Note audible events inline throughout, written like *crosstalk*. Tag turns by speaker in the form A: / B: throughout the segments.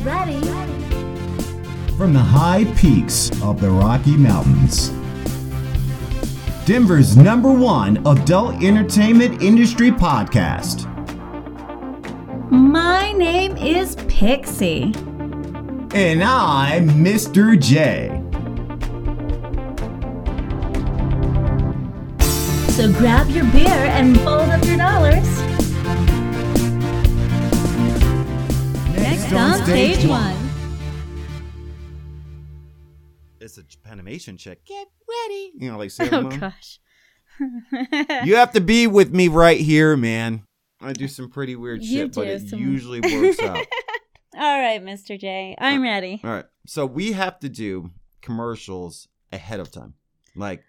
A: ready.
B: From the high peaks of the Rocky Mountains, Denver's number one adult entertainment industry podcast.
A: My name is Pixie.
B: And I'm Mr. J.
A: So grab your beer and fold up your dollars. Next on stage one.
B: It's a Japanimation check. Get ready. You
A: *laughs*
B: know, like Sailor
A: Oh
B: Moon.
A: gosh.
B: You have to be with me right here, man. I do some pretty weird
A: You
B: shit, but
A: do
B: it
A: some- *laughs*
B: usually works out.
A: All right, Mr. J. I'm ready.
B: All right. So we have to do commercials ahead of time. Like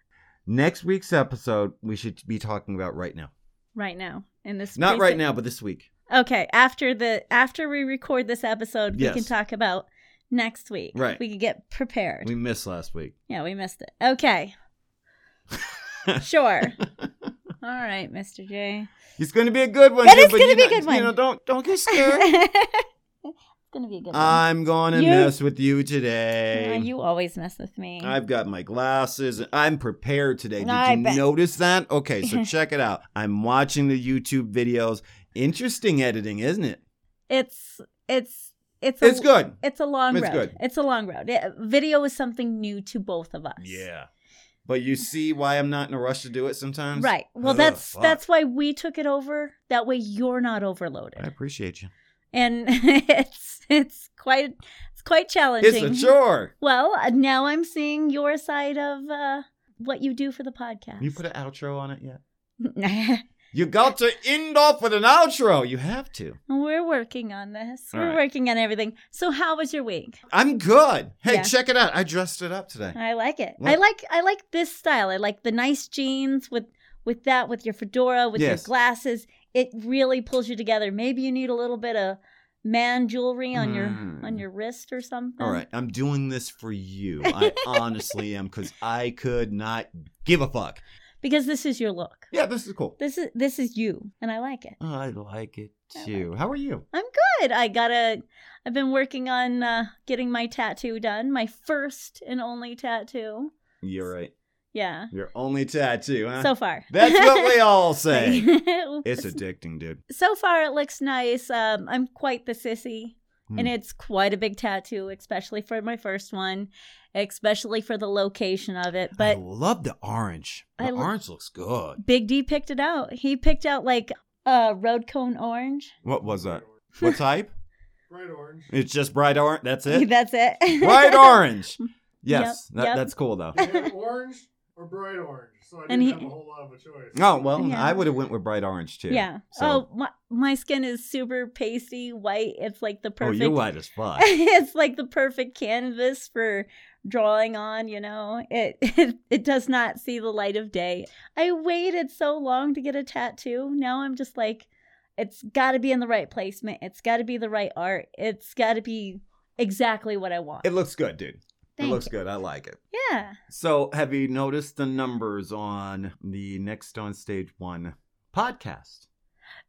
B: next week's episode, we should be talking about right now.
A: Right now. In this
B: Not right
A: recent-
B: now, but this week.
A: Okay, after the after we record this episode,
B: Yes.
A: we can talk about next week.
B: Right.
A: We can get prepared.
B: We missed last week.
A: Yeah, we missed it.
B: *laughs*
A: Okay. sure. All right, Mr. J.
B: It's going to be a good one.
A: It
B: dude,
A: is
B: but
A: gonna
B: you
A: be a
B: know-
A: good one.
B: You know, don't
A: *laughs*
B: don't get scared.
A: it's gonna be a good one.
B: I'm going to
A: You-
B: mess with you
A: Yeah,
B: today.
A: you always mess with me.
B: I've got my glasses. I'm prepared today. Did
A: I
B: you
A: bet.
B: notice that? Okay,
A: *laughs*
B: so check it out. I'm watching the YouTube videos. Interesting editing, isn't it?
A: it's it's it's a,
B: It's good.
A: It's a long
B: It's
A: road.
B: good.
A: It's a long road. Yeah, video is something new to both of us.
B: Yeah. But you see why I'm not in a rush to do it sometimes?
A: Right. Well,
B: Ugh,
A: that's
B: fuck.
A: that's why we took it over. That way, you're not overloaded,
B: I appreciate you.
A: and *laughs* it's it's quite it's quite
B: It's
A: challenging.
B: a chore.
A: Well, uh, now I'm seeing your side of uh, what you do for the podcast.
B: You put an outro on it yet?
A: it.
B: You got to end off with an outro. You have to.
A: *laughs* We're working on this.
B: All
A: We're
B: right.
A: working on everything. So, how was your week?
B: I'm good. Hey,
A: Yeah.
B: check it out. I dressed it up today.
A: I like it. I
B: What?
A: like I like this style. I like the nice jeans with with that with your fedora with
B: Yes.
A: your glasses. It really pulls you together. Maybe you need a little bit of man jewelry on your
B: Mm.
A: on your wrist or something.
B: All right, I'm doing this for you. I
A: *laughs*
B: honestly am because I could not give a fuck.
A: Because this is your look.
B: Yeah, this is cool.
A: This is this is you and I like it.
B: Oh, I like it
A: I like
B: too. How are you?
A: I'm good. I got to i I've been working on uh, getting my tattoo done. My first and only tattoo.
B: You're right.
A: Yeah.
B: Your only tattoo, huh?
A: So far.
B: That's what we
A: *laughs*
B: all say. it's
A: It's-
B: addicting, dude.
A: so far it looks nice. Um, I'm quite the sissy,
B: Hmm.
A: and it's quite a big tattoo, especially for my first one, especially for the location of it. But
B: I love the orange. The
A: I lo-
B: orange looks good.
A: Big D picked it out. He picked out like uh, road cone orange.
B: What
A: *laughs*
B: was that? What type?
C: Bright orange.
B: It's just bright orange. That's it.
A: *laughs* That's it. *laughs*
B: bright orange.
A: Yep,
B: Yes, that,
A: yep.
B: that's
A: *laughs*
B: cool though.
C: You had orange or bright orange. So I didn't
A: And he-
C: have a whole lot of a choice.
B: Oh well,
A: Yeah.
B: I would have went with bright orange too.
A: Yeah.
B: So,
A: Oh, my my skin is super pasty white. It's like the
B: oh,
A: perfect.
B: you're white as fuck.
A: *laughs* it's like the perfect canvas for drawing on you know it, *laughs* it it does not see the light of day i waited so long to get a tattoo now i'm just like it's got to be in the right placement it's got to be the right art it's got to be exactly what i want
B: It looks good, dude.
A: Thank
B: it looks
A: you.
B: good. I like it.
A: yeah
B: So, have you noticed the numbers on the Next on Stage One podcast?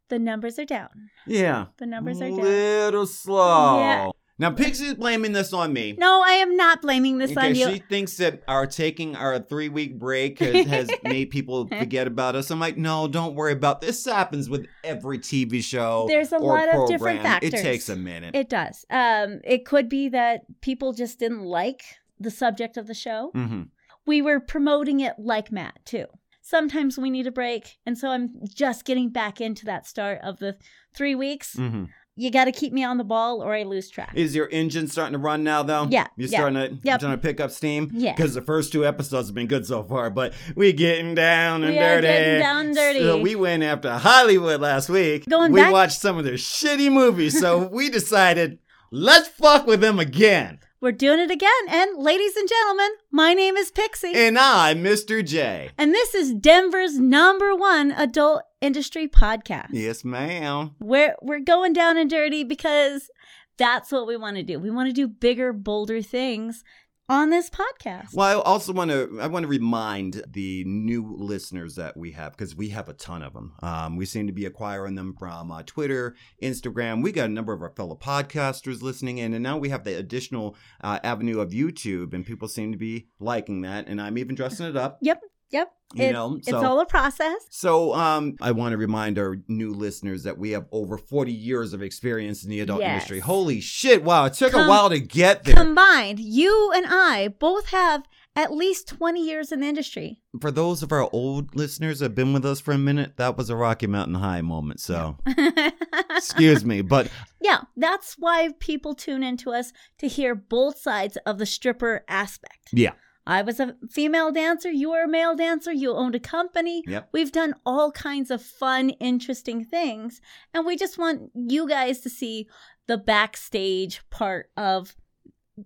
A: the numbers are down
B: Yeah,
A: the numbers are down
B: little slow.
A: Yeah.
B: Now, Pixie's blaming this on me.
A: no i am not blaming this
B: okay,
A: on you
B: she thinks that our taking our three week break has,
A: *laughs*
B: has made people forget about us. I'm like, no, don't worry about this. happens with every TV show.
A: There's a
B: or
A: lot of different
B: program. It
A: factors.
B: takes a minute.
A: it does um it could be that people just didn't like the subject of the show
B: hmm
A: we were promoting it like Matt too. Sometimes we need a break, and so I'm just getting back into that start of the three weeks.
B: hmm
A: You got to keep me on the ball, or I lose track.
B: Is your engine starting to run now, though?
A: Yeah,
B: You're
A: yeah.
B: starting to you're
A: Yep.
B: starting to pick up steam?
A: Yeah.
B: Because the first two episodes have been good so far, but we getting down and
A: We are
B: dirty.
A: getting down and dirty.
B: So we went after Hollywood last week.
A: Going
B: we
A: back-
B: watched some of their shitty movies,
A: *laughs*
B: so we decided, let's fuck with them again.
A: We're doing it again, and ladies and gentlemen, my name is Pixie, and,
B: And I'm Mr. J.
A: this is Denver's number one adult industry podcast.
B: Yes, ma'am.
A: We're we're going down and dirty because that's what we want to do. We want to do bigger, bolder things on this podcast.
B: Well, I also want to I want to remind the new listeners that we have because we have a ton of them. Um, we seem to be acquiring them from uh, Twitter, Instagram. We got a number of our fellow podcasters listening in, and now we have the additional uh, avenue of YouTube, and people seem to be liking that. And I'm even dressing
A: *laughs*
B: it up.
A: Yep.
B: You
A: It-
B: know,
A: It's all a process.
B: So, um, I want to remind our new listeners that we have over 40 years of experience in the adult
A: Yes.
B: industry. Holy shit! Wow, it took
A: Com-
B: a while to get there.
A: Combined, you and I both have at least 20 years in the industry. *laughs*
B: For those of our old listeners that have been with us for a minute, that was a Rocky Mountain High
A: *laughs*
B: moment. So, excuse me, but
A: yeah, that's why people tune into us to hear both sides of the stripper aspect.
B: Yeah.
A: I was a female dancer, you were a male dancer, you owned a company.
B: Yep.
A: We've done all kinds of fun, interesting things. And we just want you guys to see the backstage part of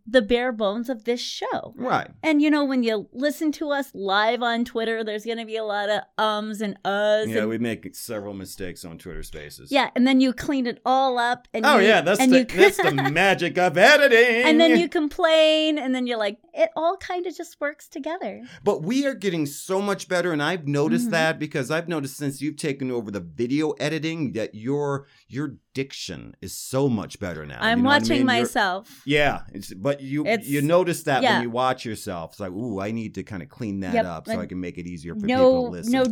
A: the bare bones of this show.
B: right,
A: And you know, when you listen to us live on Twitter, there's going to be a lot of ums and uhs.
B: yeah,
A: and,
B: we make several mistakes on Twitter Spaces.
A: yeah, and then you clean it all up. And
B: Oh
A: you-
B: yeah, that's
A: and
B: the,
A: you- *laughs*
B: *laughs* that's the magic of editing.
A: and then you complain, and then you're like, it all kind of just works together.
B: But we are getting so much better, and I've noticed
A: Mhm.
B: that because I've noticed since you've taken over the video editing that your your diction is so much better now.
A: I'm
B: You know what I
A: watching
B: mean? You're-
A: myself.
B: Yeah, it's, but you
A: It's-
B: you notice that
A: yeah.
B: when you watch yourself. It's like, ooh, I need to kind of clean that
A: Yep,
B: up so
A: and
B: I can make it easier for people to
A: No,
B: listen.
A: no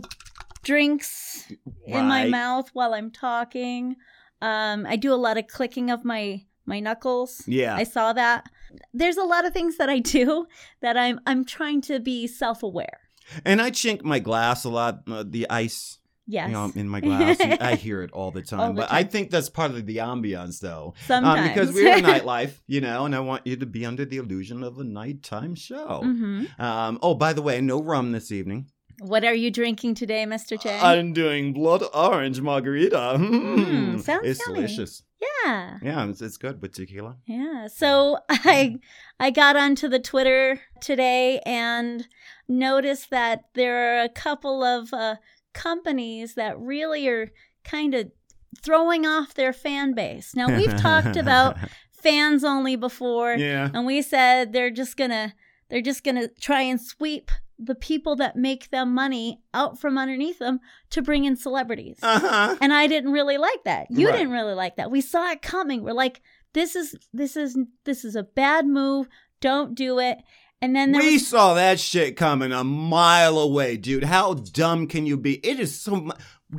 A: drinks in my
B: Right.
A: mouth while I'm talking. Um, I do a lot of clicking of my my knuckles.
B: Yeah,
A: I saw that. There's a lot of things that I *laughs* do that I'm I'm trying to be self aware.
B: and I chink my glass a lot. Uh, the ice,
A: Yes.
B: you know, in my glass, You- I hear it all the *laughs* time.
A: All the
B: but I think that's part of the ambiance, though.
A: Sometimes.
B: Um, because we're
A: *laughs*
B: in nightlife, you know, and I want you to be under the illusion of a nighttime show.
A: Mhm.
B: Um, oh, by the way, no rum this evening.
A: What are you drinking today, Mr. J?
B: I'm doing blood orange margarita. Hmm.
A: Mm, sounds
B: it's
A: yummy.
B: delicious.
A: yeah.
B: Yeah, it's, it's good with tequila.
A: Yeah. So *laughs*
B: Mm.
A: I I got onto the Twitter today and noticed that there are a couple of uh, companies that really are kind of throwing off their fan base. Now we've talked
B: *laughs*
A: about fans only before.
B: yeah.
A: and we said they're just gonna they're just gonna try and sweep the people that make them money out from underneath them to bring in celebrities
B: Uh huh.
A: and i didn't really like that you
B: Right.
A: didn't really like that we saw it coming we're like this is this is this is a bad move don't do it and then there
B: we
A: was,
B: saw that shit coming a mile away, dude. How dumb can you be? It is so. Mu-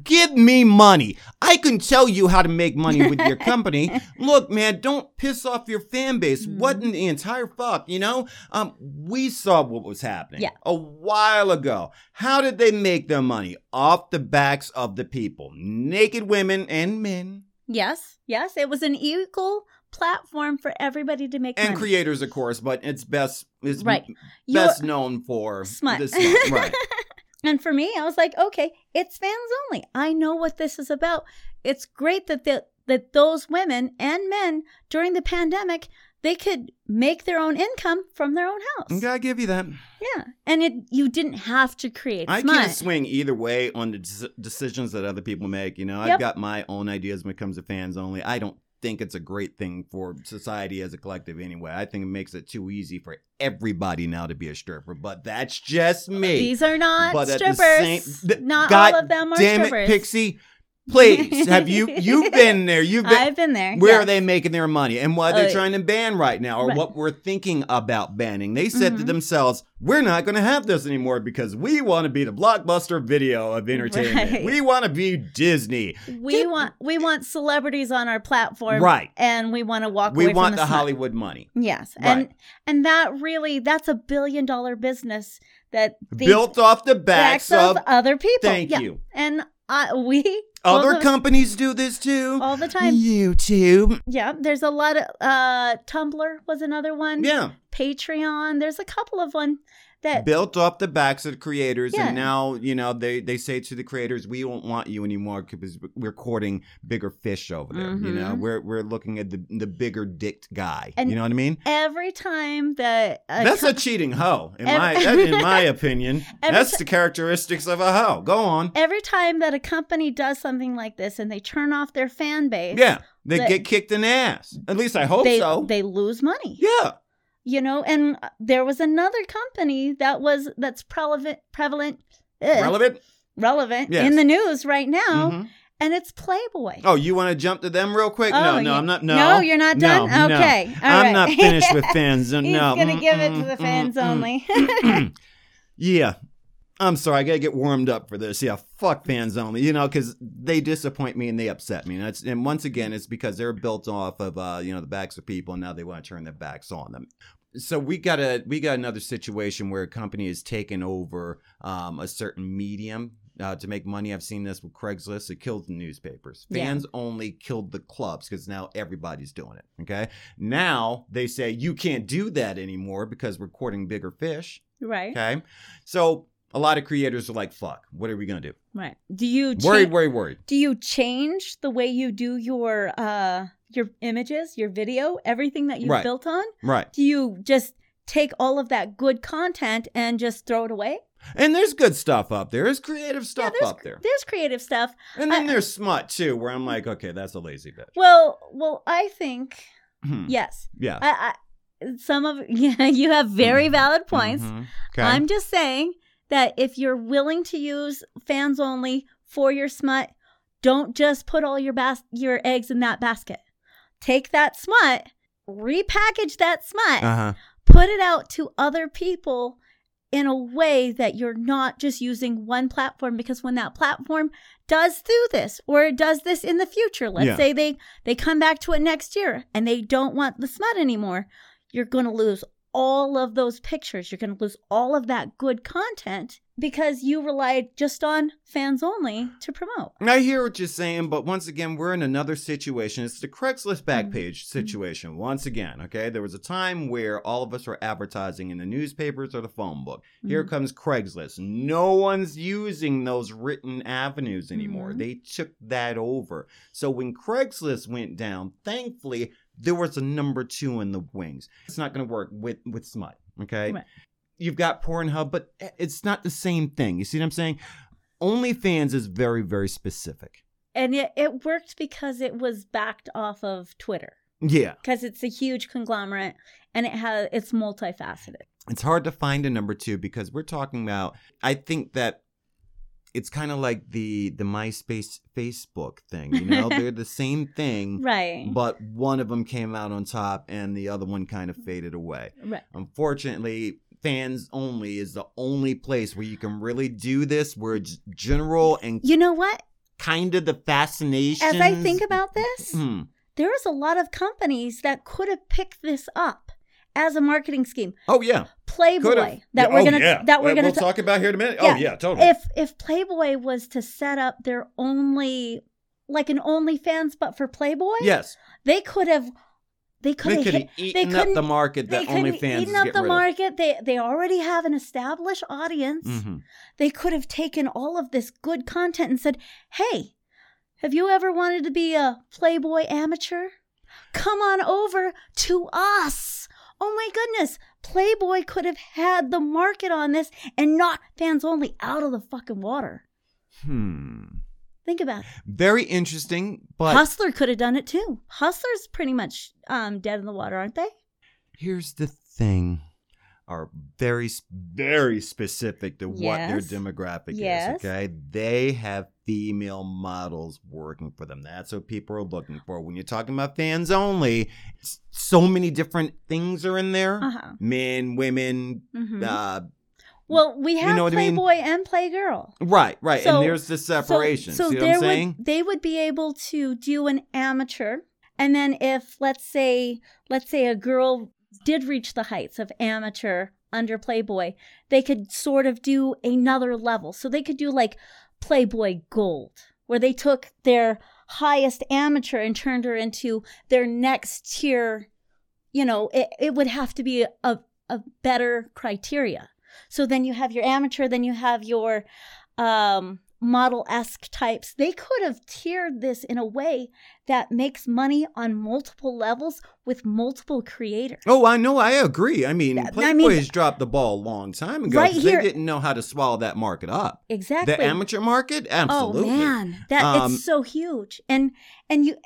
B: Give me money. I can tell you how to make money with
A: *laughs*
B: your company. Look, man, don't piss off your fan base.
A: Hmm.
B: What in the entire fuck, you know? Um, we saw what was happening
A: Yeah.
B: a while ago. How did they make their money? Off the backs of the people, naked women and men,
A: yes yes it was an equal platform for everybody to make
B: and
A: money
B: creators, of course. But it's best it's
A: Right. You're-
B: best known for
A: Smut.
B: the smut.
A: *laughs*
B: Right.
A: And for me, I was like, okay, it's fans only. I know what this is about. It's great that the, that those women and men during the pandemic they could make their own income from their own house.
B: Gotta give you that.
A: Yeah, and it you didn't have to create
B: I
A: smut.
B: can't swing either way on the des- decisions that other people make. You know,
A: Yep.
B: I've got my own ideas when it comes to fans only. I don't think it's a great thing for society as a collective anyway. I think it makes it too easy for everybody now to be a stripper, but that's just me.
A: These are not
B: but at the
A: strippers.
B: same- th-
A: not
B: God
A: all of them are
B: Damn it,
A: strippers.
B: Pixie. Please,
A: *laughs*
B: have you you've been there. You've been
A: I've been there.
B: where
A: yes.
B: are they making their money and why
A: Oh,
B: they're
A: yeah.
B: trying to ban right now or
A: Right.
B: what we're thinking about banning. They said to
A: Mhm.
B: themselves, we're not going to have this anymore because we want to be the blockbuster video of entertainment.
A: *laughs* Right.
B: We want to be Disney.
A: We want we want celebrities on our platform,
B: Right.
A: And we want to walk.
B: We
A: away
B: want
A: from
B: the
A: the smut.
B: Hollywood money.
A: Yes,
B: Right.
A: and and that really that's a billion dollar business that the
B: Built off the
A: backs
B: backs,
A: of
B: of.
A: other people.
B: Thank
A: Yeah.
B: you.
A: And I, we all
B: Other
A: the-
B: companies do this too.
A: all the time.
B: YouTube.
A: Yeah, there's a lot of uh Tumblr was another one.
B: Yeah.
A: Patreon. There's a couple of one that
B: Built off the backs of creators,
A: Eh, Yeah.
B: and now you know they they say to the creators, "We don't want you anymore because we're courting bigger fish over there." You know,
A: Mhm.
B: we're we're looking at the the bigger dicked guy.
A: And-
B: you know what I mean?
A: every time that a
B: That's
A: co-
B: a cheating hoe, in
A: Every- *laughs*
B: my that- in my opinion.
A: Every
B: That's
A: ti-
B: the characteristics of a hoe. Go on.
A: every time that a company does something like this and they turn off their fan base,
B: Yeah, they
A: But-
B: get kicked in the ass. At least I hope
A: they
B: so.
A: they lose money.
B: yeah,
A: you know, and uh, there was another company that was that's prevalent prevalent uh, ugh, *laughs*
B: Relevant?
A: relevant
B: Yes.
A: in the news right now,
B: Mhm.
A: and it's Playboy.
B: Oh, you want to jump to them real quick? no,
A: Oh,
B: no,
A: you-
B: I'm not. No,
A: no, you're not
B: No,
A: done.
B: no.
A: okay, all
B: I'm
A: right.
B: not finished
A: *laughs*
B: with fans. uh, No, Mm,
A: He's gonna give it to the fans only. *laughs*
B: only. yeah. I'm sorry, I gotta get warmed up for this. Yeah, fuck fans only, you know, because they disappoint me and they upset me. And, that's, and once again, it's because they're built off of uh, you know the backs of people, and now they want to turn their backs on them. So we got a we got another situation where a company is taking over um, a certain medium uh, to make money. I've seen this with Craigslist. It killed the newspapers.
A: Yeah.
B: Fans only killed the clubs because now everybody's doing it. Okay, now they say you can't do that anymore because we're courting bigger fish.
A: right,
B: Okay. So a lot of creators are like, fuck, what are we going to do?
A: right. Do you cha-
B: Worried, worried, worried.
A: do you change the way you do your uh your images, your video, everything that you've
B: Right.
A: built on?
B: Right.
A: Do you just take all of that good content and just throw it away?
B: And there's good stuff up there. There's creative stuff
A: there's
B: up there.
A: There's creative stuff.
B: And then
A: I-
B: there's smut too, where I'm like, okay, that's a lazy bitch.
A: Well, well, I think
B: Hmm.
A: yes.
B: yeah.
A: I, I some of *laughs* yeah, you have very valid points.
B: Mhm. Okay.
A: I'm just saying that if you're willing to use fans only for your smut, don't just put all your bas- your eggs in that basket. Take that smut, repackage that smut,
B: uh-huh.
A: put it out to other people in a way that you're not just using one platform because when that platform does do this or it does this in the future let's
B: Yeah.
A: say they they come back to it next year and they don't want the smut anymore you're going to lose all of those pictures you're going to lose all of that good content because you relied just on fans only to promote
B: And I hear what you're saying, but once again, we're in another situation. It's the Craigslist back
A: Mhm.
B: page situation. Once again, okay? There was a time where all of us were advertising in the newspapers or the phone book. Here
A: Mhm.
B: comes Craigslist. No one's using those written avenues anymore.
A: Mhm.
B: They took that over. So when Craigslist went down, thankfully, there was a number two in the wings. It's not going to work with, with smut, okay?
A: Right.
B: You've got Pornhub, but it's not the same thing. You see what I'm saying? OnlyFans is very, very specific.
A: and yet it worked because it was backed off of twitter
B: Yeah.
A: because it's a huge conglomerate and it has it's multifaceted.
B: It's hard to find a number two because we're talking about, I think that it's kind of like the the MySpace Facebook thing, you know? They're the same
A: *laughs*
B: thing,
A: Right.
B: but one of them came out on top and the other one kind of faded away.
A: right.
B: Unfortunately, fans only is the only place where you can really do this, where it's general and
A: You know what?
B: kind of the fascination.
A: As I think about this,
B: Hmm.
A: there is a lot of companies that could have picked this up as a marketing scheme.
B: Oh yeah,
A: Playboy
B: Could've.
A: that
B: Yeah,
A: we're
B: oh,
A: gonna
B: yeah.
A: that we're
B: Uh,
A: gonna
B: we'll
A: ta-
B: talk about here in a minute.
A: Yeah.
B: Oh yeah, totally.
A: if if Playboy was to set up their only like an OnlyFans but for Playboy,
B: yes,
A: they could have they could
B: they
A: have
B: could have
A: hit-
B: eaten up
A: couldn't-
B: the market
A: they
B: that
A: could
B: OnlyFans
A: have
B: fans
A: eaten
B: is
A: up the
B: getting rid
A: market. They they already have an established audience.
B: of. Mhm.
A: they could have taken all of this good content and said, Hey, have you ever wanted to be a Playboy amateur? Come on over to us. Oh my goodness. Playboy could have had the market on this and not fans only out of the fucking water.
B: Hmm.
A: Think about it.
B: Very interesting, but
A: Hustler could have done it too. Hustler's pretty much um, dead in the water, aren't they?
B: Here's the thing are very s- very specific to what their
A: Yes.
B: demographic
A: Yes.
B: is okay they have female models working for them that's what people are looking for when you're talking about fans only s- so many different things are in there
A: Uh huh.
B: men women uh,
A: Mm-hmm. well, we
B: you
A: have
B: know what I mean?
A: Playboy and Playgirl.
B: right right
A: So-
B: and there's the
A: So-
B: separation
A: So,
B: see what
A: there
B: i'm saying
A: would they would be able to do an amateur, and then if let's say let's say a girl did reach the heights of amateur under Playboy, they could sort of do another level. So they could do like Playboy Gold, where they took their highest amateur and turned her into their next tier. You know, it, it would have to be a, a better criteria. So then you have your amateur, then you have your um, model esque types. They could have tiered this in a way that makes money on multiple levels with multiple creators.
B: Oh, I know. I agree. I mean,
A: That- I
B: Playboy's
A: mean-
B: dropped the ball a long time ago.
A: Right
B: 'cause
A: here-
B: they didn't know how to swallow that market up.
A: Exactly.
B: The amateur market, absolutely.
A: Oh man, that
B: Um,
A: it's so huge. And and you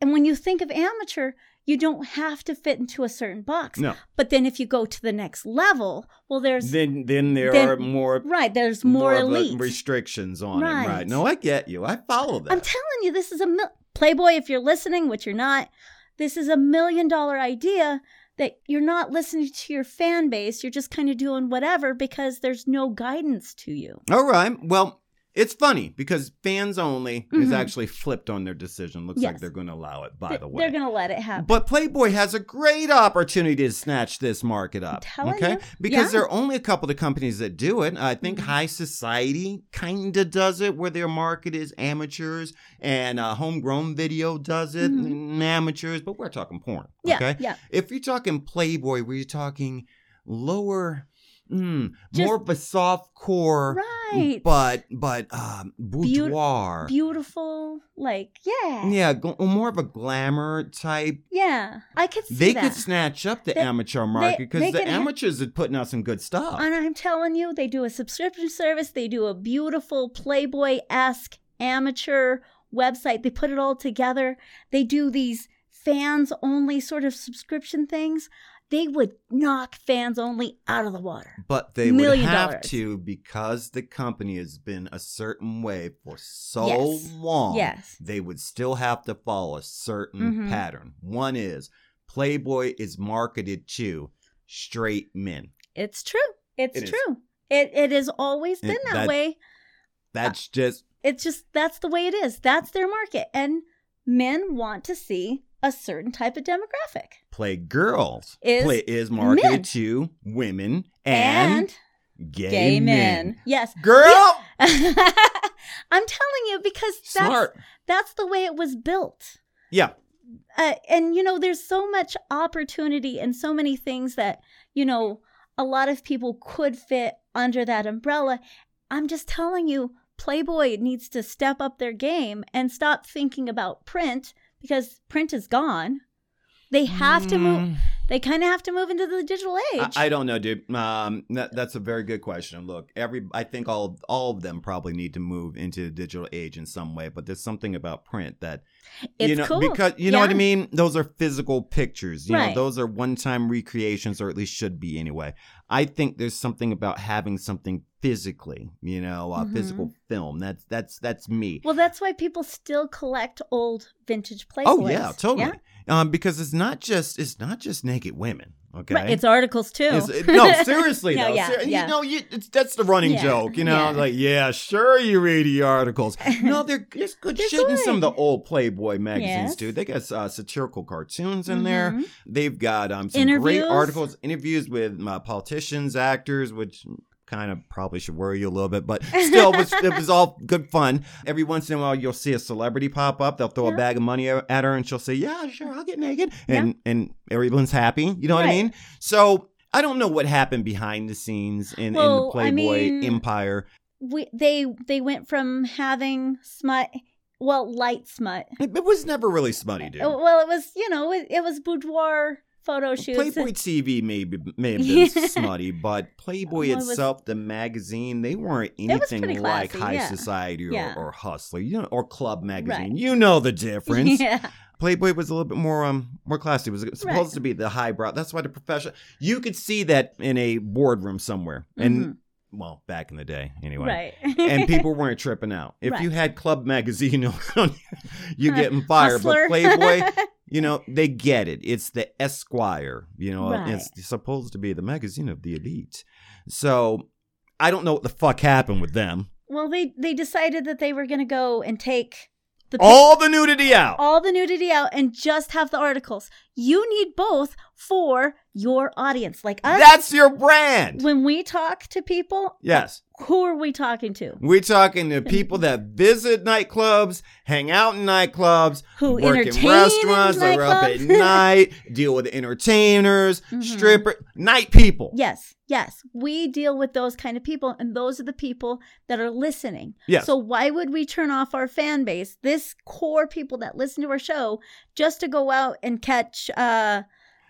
A: and when you think of amateur, you don't have to fit into a certain box.
B: No.
A: But then if you go to the next level, well, there's
B: Then then there
A: Then-
B: are more
A: right, there's more,
B: of a
A: elite.
B: restrictions on
A: Right.
B: it. Right. No, I get you. I follow that.
A: I'm telling you, this is a mil- Playboy. If you're listening, which you're not, this is a million dollar idea that you're not listening to your fan base. You're just kind of doing whatever because there's no guidance to you.
B: All right. Well, it's funny because fans only is
A: Mhm.
B: actually flipped on their decision. Looks like
A: Yes.
B: they're going to allow it. By
A: Th-
B: the way,
A: they're gonna let it happen.
B: But Playboy has a great opportunity to snatch this market up.
A: I'm telling
B: okay?
A: you.
B: Because
A: Yeah.
B: there are only a couple of companies that do it. I think
A: Mhm.
B: High Society kind of does it, where their market is amateurs, and uh, Homegrown Video does it,
A: Mhm.
B: and amateurs, but we're talking porn.
A: yeah,
B: Okay?
A: yeah.
B: If you're talking Playboy, where you're talking lower, mm,
A: Just-
B: more of a soft core.
A: Right.
B: But but um, boudoir,
A: beautiful, like yeah, yeah.
B: yeah, gl- more of a glamour type
A: I could see
B: they
A: that.
B: could snatch up the
A: They-
B: amateur market because
A: they
B: the
A: could ha-
B: amateurs are putting out some good stuff.
A: And I'm telling you, they do a subscription service. They do a beautiful Playboy esque amateur website. They put it all together. They do these fans only sort of subscription things. They would knock fans only out of the water.
B: but they would
A: Million
B: have
A: dollars.
B: to because the company has been a certain way for so
A: Yes.
B: long.
A: Yes.
B: They would still have to follow a certain
A: Mhm.
B: pattern. One is Playboy is marketed to straight men.
A: It's true. It's
B: It is.
A: true. It it has always been
B: It-
A: that,
B: that-
A: way.
B: That's just
A: It's just that's the way it is. That's their market. And men want to see a certain type of demographic.
B: play girls.
A: Is
B: play is marketed
A: men.
B: to women and, gay, men.
A: Yes. *laughs*
B: Girl,
A: I'm telling you because that's
B: smart.
A: that's the way it was built.
B: Yeah.
A: Uh, and you know, there's so much opportunity and so many things that you know a lot of people could fit under that umbrella. I'm just telling you, Playboy needs to step up their game and stop thinking about print because print is gone. They have to move.
B: Mm.
A: They kind of have to move into the digital age.
B: I, I don't know, dude. Um, that, that's a very good question. Look, every I think all all of them probably need to move into the digital age in some way, but there's something about print that
A: It's
B: you know
A: cool.
B: because you know what I
A: Yeah.
B: mean. Those are physical pictures. You know,
A: Right.
B: those are one time recreations, or at least should be anyway. I think there's something about having something physically. You know, uh,
A: Mhm.
B: physical film. That's that's that's me.
A: well, that's why people still collect old vintage Playboys.
B: oh yeah, totally. Um, because it's not just it's not just naked women. Okay,
A: Right, it's articles too.
B: Is it- no,
A: *laughs*
B: seriously
A: No,
B: though.
A: yeah,
B: Ser-
A: yeah.
B: You know, you, it's, that's the running
A: Yeah,
B: joke. You know,
A: yeah.
B: like yeah, sure you read
A: *laughs*
B: the articles. No, they're there's good
A: They're
B: shit in some of the
A: good.
B: old Playboy magazines
A: Yes.
B: too. They got uh, satirical cartoons in there.
A: Mhm.
B: They've got um, some great
A: Interviews.
B: articles, interviews with uh, politicians, actors, which kind of probably should worry you a little bit, but still, it
A: *laughs*
B: was, it was all good fun. Every once in a while, you'll see a celebrity pop up. They'll throw a
A: Yeah.
B: bag of money at her, and she'll say, "Yeah, sure, I'll get naked," and and everyone's happy. You know what I
A: Right.
B: mean? So. I don't know what happened behind the scenes in, in the
A: Well, I
B: Playboy
A: mean-
B: empire.
A: We, they they went from having smut, well, light smut.
B: It, it was never really smutty, dude.
A: Uh, Well, it was you know it, it was boudoir photo shoots. *laughs*
B: Playboy TV maybe may have been
A: Yeah.
B: smutty, but Playboy
A: Well, it was-
B: itself, the magazine, they weren't
A: was
B: anything
A: pretty
B: like
A: classy,
B: High
A: yeah.
B: Society or,
A: Yeah.
B: or Hustler, you know, or Club magazine.
A: Right.
B: You know the
A: *laughs*
B: difference.
A: Yeah,
B: Playboy was a little bit more um more classy. It was supposed
A: Right.
B: to be the highbrow. That's why the profession you could see that in a boardroom somewhere, and
A: Mhm.
B: well, back in the day, anyway.
A: right. *laughs*
B: And people weren't tripping out. If
A: Right.
B: you had Club Magazine *laughs* on, you getting fired. But
A: Hustler. *laughs*
B: Playboy, you know they get it it's the esquire you know
A: Right.
B: it's supposed to be the magazine of the elite so i don't know what the fuck happened with them
A: well, they they decided that they were going to go and take the pic-
B: all the nudity out
A: all the nudity out and just have the articles. You need both for your audience, like us.
B: that's your brand
A: when we talk to people,
B: yes
A: who are we talking to?
B: we're talking to people that visit nightclubs hang out in nightclubs
A: Who
B: work in
A: entertain
B: restaurants
A: in
B: they're up at
A: nightclubs? *laughs*
B: night deal with entertainers
A: Mhm.
B: stripper night people
A: Yes, yes. We deal with those kind of people, and those are the people that are listening.
B: Yes.
A: So, why would we turn off our fan base, this core people that listen to our show, just to go out and catch? uh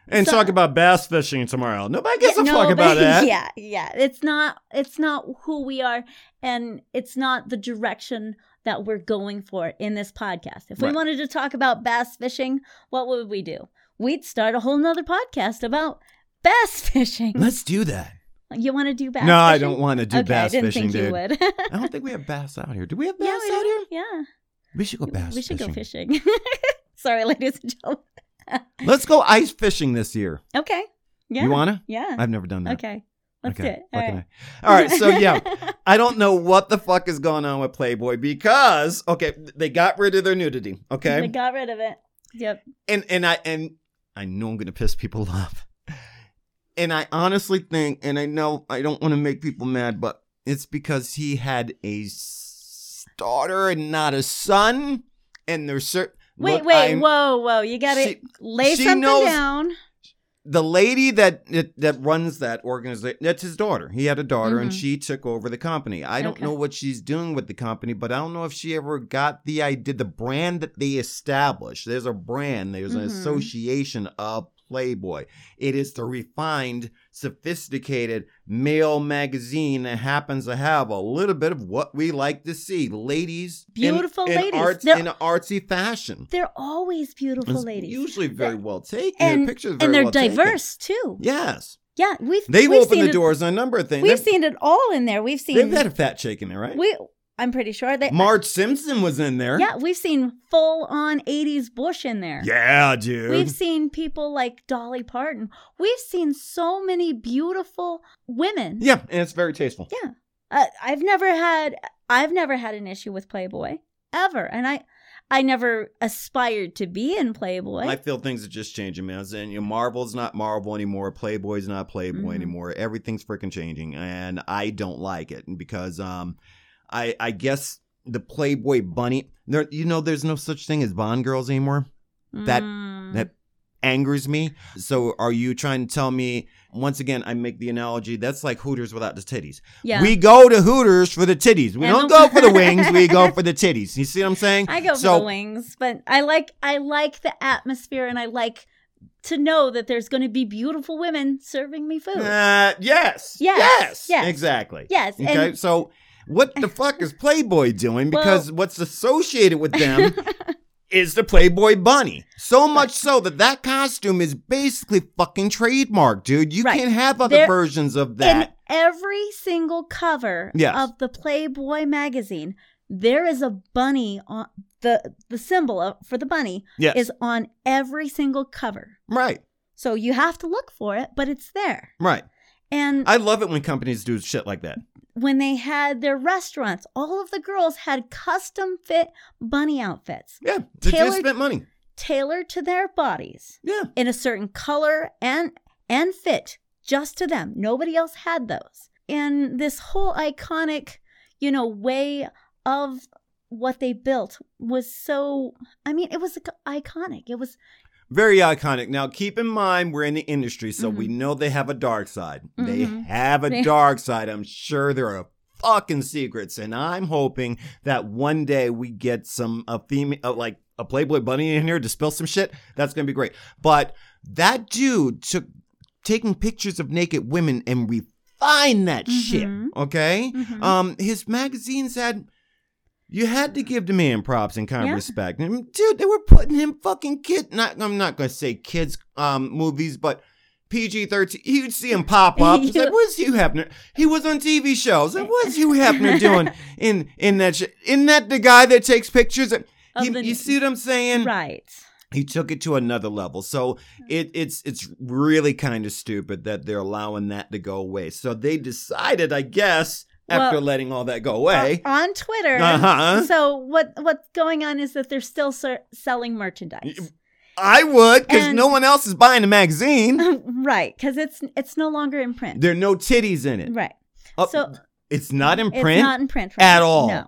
B: and
A: so-
B: talk about bass fishing tomorrow nobody gives
A: yeah,
B: a
A: no, *laughs*
B: fuck about
A: they-
B: that
A: Yeah, yeah. It's not. It's not who we are, and it's not the direction that we're going for in this podcast. If we
B: Right.
A: wanted to talk about bass fishing, what would we do? We'd start a whole nother podcast about bass *laughs* fishing.
B: *laughs* Let's do that.
A: you want to do bass
B: no,
A: fishing?
B: I don't want to do
A: okay, I
B: bass
A: didn't
B: fishing,
A: think you
B: dude.
A: would. *laughs*
B: I don't think we have bass out here. Do we have
A: yeah,
B: bass
A: we
B: out
A: do.
B: here?
A: Yeah.
B: We should go bass
A: we should
B: fishing.
A: go fishing. *laughs* Sorry, ladies and gentlemen.
B: Let's go ice fishing this year.
A: Okay. Yeah.
B: You wanna?
A: yeah.
B: I've never done that.
A: okay. Let's
B: Okay,
A: do it. All
B: fucking
A: right.
B: I- All right.
A: *laughs*
B: So yeah, I don't know what the fuck is going on with Playboy because okay, they got rid of their nudity. Okay,
A: They got rid of it. Yep.
B: and and I and I know I'm gonna piss people *laughs* off. And I honestly think, and I know I don't want to make people mad, but it's because he had a s- daughter and not a son, and there's certain
A: Wait,
B: Look,
A: wait,
B: I'm-
A: whoa, whoa. You gotta
B: She-
A: lay
B: she
A: something
B: knows-
A: down.
B: the lady that that, that runs that organization that's his daughter he had a daughter and
A: Mhm.
B: she took over the company i don't
A: Okay.
B: know what she's doing with the company but i don't know if she ever got the idea the brand that they established there's a brand there's
A: Mhm.
B: an association of playboy it is the refined sophisticated male magazine that happens to have a little bit of what we like to see ladies in-
A: Beautiful
B: in,
A: ladies.
B: arts,
A: They're-
B: in artsy fashion
A: They're always beautiful
B: It's
A: ladies.
B: usually very
A: They're-
B: well taken
A: and-
B: the pictures are
A: and
B: very
A: they're
B: well taken.
A: diverse too.
B: yes
A: Yeah, we've
B: They've
A: we've
B: opened
A: seen
B: the
A: it,
B: doors on a number of things.
A: We've
B: They've-
A: seen it all in there. We've
B: They've
A: seen
B: had a fat chick in there, right?
A: we I'm pretty sure they
B: Marge Simpson was in there.
A: Yeah, we've seen full on 80s bush in there.
B: Yeah, dude.
A: We've seen people like Dolly Parton. We've seen so many beautiful women.
B: yeah, and it's very tasteful.
A: Yeah. Uh, I've never had I've never had an issue with Playboy ever. And I I never aspired to be in Playboy.
B: I feel things are just changing, man. As in, you know, Marvel's not Marvel anymore. Playboy's not Playboy
A: Mhm.
B: anymore. Everything's freaking changing, and I don't like it because, um, I I guess the Playboy bunny. There, you know, there's no such thing as Bond girls anymore. that-
A: Mm.
B: that- Angers me. So, are you trying to tell me once again? I make the analogy that's like Hooters without the titties.
A: yeah.
B: We go to Hooters for the titties. We
A: And
B: don't
A: the- *laughs*
B: go for the wings. We go for the titties. You see what I'm saying?
A: I go for
B: so-
A: the wings, but I like I like the atmosphere and I like to know that there's going to be beautiful women serving me food.
B: Uh, yes.
A: Yes,
B: Yes.
A: yes.
B: Exactly.
A: yes,
B: Okay.
A: and
B: so what the fuck is Playboy doing?
A: Well-
B: Because what's associated
A: *laughs*
B: with them is the Playboy bunny. So much so that that costume is basically fucking trademark, dude. You
A: Right.
B: can't have other
A: There-
B: versions of that.
A: in every single cover
B: Yes.
A: of the Playboy magazine, there is a bunny on the the symbol of, for the bunny
B: yes.
A: is on every single cover.
B: right.
A: So you have to look for it, but it's there.
B: Right.
A: And
B: I love it when companies do shit like that.
A: when they had their restaurants, all of the girls had custom fit bunny outfits
B: Yeah. They
A: Taylor-
B: just spent money.
A: tailored to their bodies.
B: Yeah.
A: in a certain color and and fit just to them nobody else had those and this whole iconic you know way of what they built was so i mean it was iconic it was
B: Very iconic. Now, keep in mind, we're in the industry, so we
A: Mhm.
B: know they have a dark side.
A: Mhm.
B: They have a
A: They-
B: dark side. I'm sure there are fucking secrets, and I'm hoping that one day we get some a female, uh, like a Playboy bunny in here to spill some shit. That's gonna be great. But that dude took taking pictures of naked women and refined that
A: Mhm.
B: shit. Okay.
A: Mhm.
B: Um, his magazines had. You had to give the man props and kind
A: Yeah.
B: of respect, And, dude. They were putting him fucking kid. Not I'm not gonna say kids um movies, but PG thirteen. You'd see
A: *laughs*
B: him pop up. It's like, what's Hugh Hefner? He was on TV shows. Like, what's Hugh
A: *laughs*
B: Hefner doing in in that? Sh- isn't that the guy that takes pictures?
A: Of
B: He-
A: the-
B: you see what I'm saying?
A: right
B: he took it to another level. So
A: Hmm.
B: it, it's it's really kind of stupid that they're allowing that to go away. So they decided, I guess, after
A: Well, uh,
B: letting all that go away.
A: O- on twitter
B: Uh-huh.
A: so what what's going on is that they're still ser- selling merchandise
B: I would, because
A: and-
B: no one else is buying
A: *laughs*
B: the magazine.
A: right because it's it's no longer in print
B: There are no titties in it.
A: right
B: Oh,
A: so
B: it's not in
A: it's
B: print.
A: not in print
B: at
A: now.
B: all.
A: no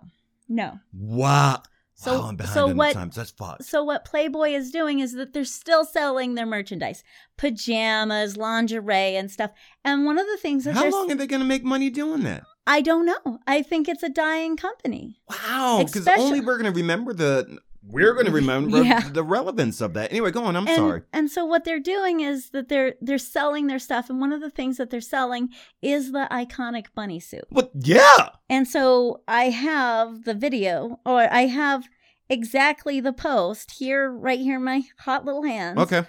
A: no
B: wow.
A: So-
B: wow, I'm behind
A: so
B: on the
A: what-
B: times. That's fucked.
A: So what Playboy is doing is that they're still selling their merchandise, pajamas, lingerie, and stuff. And one of the things that
B: How
A: they're
B: long are they going to make money doing that?
A: I don't know. I think it's a dying company.
B: Wow, because
A: Especially-
B: only we're going to remember the we're going to remember
A: *laughs* Yeah.
B: the relevance of that. Anyway, go on. I'm
A: and,
B: sorry.
A: And so what they're doing is that they're they're selling their stuff, and one of the things that they're selling is the iconic bunny suit.
B: But yeah,
A: And so I have the video, or I have exactly the post here, right here, in my hot little hands.
B: okay.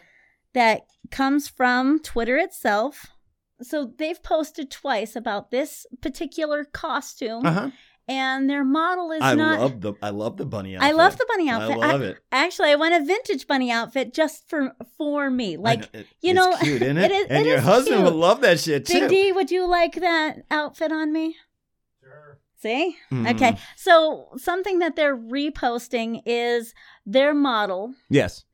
A: That comes from Twitter itself. So they've posted twice about this particular costume,
B: Uh huh.
A: and their model is
B: I
A: not.
B: love the I love the bunny outfit.
A: I love the bunny outfit.
B: I love it.
A: actually, I want a vintage bunny outfit just for for me.
B: I
A: Like
B: know, it-
A: you
B: it's
A: know, *laughs*
B: cute, isn't
A: it
B: it?
A: is-
B: and
A: it
B: your
A: is
B: husband
A: cute.
B: would love that shit too.
A: Big D, would you like that outfit on me?
C: Sure.
A: See?
B: Mm.
A: Okay. So, something that they're reposting is their model
B: Yes,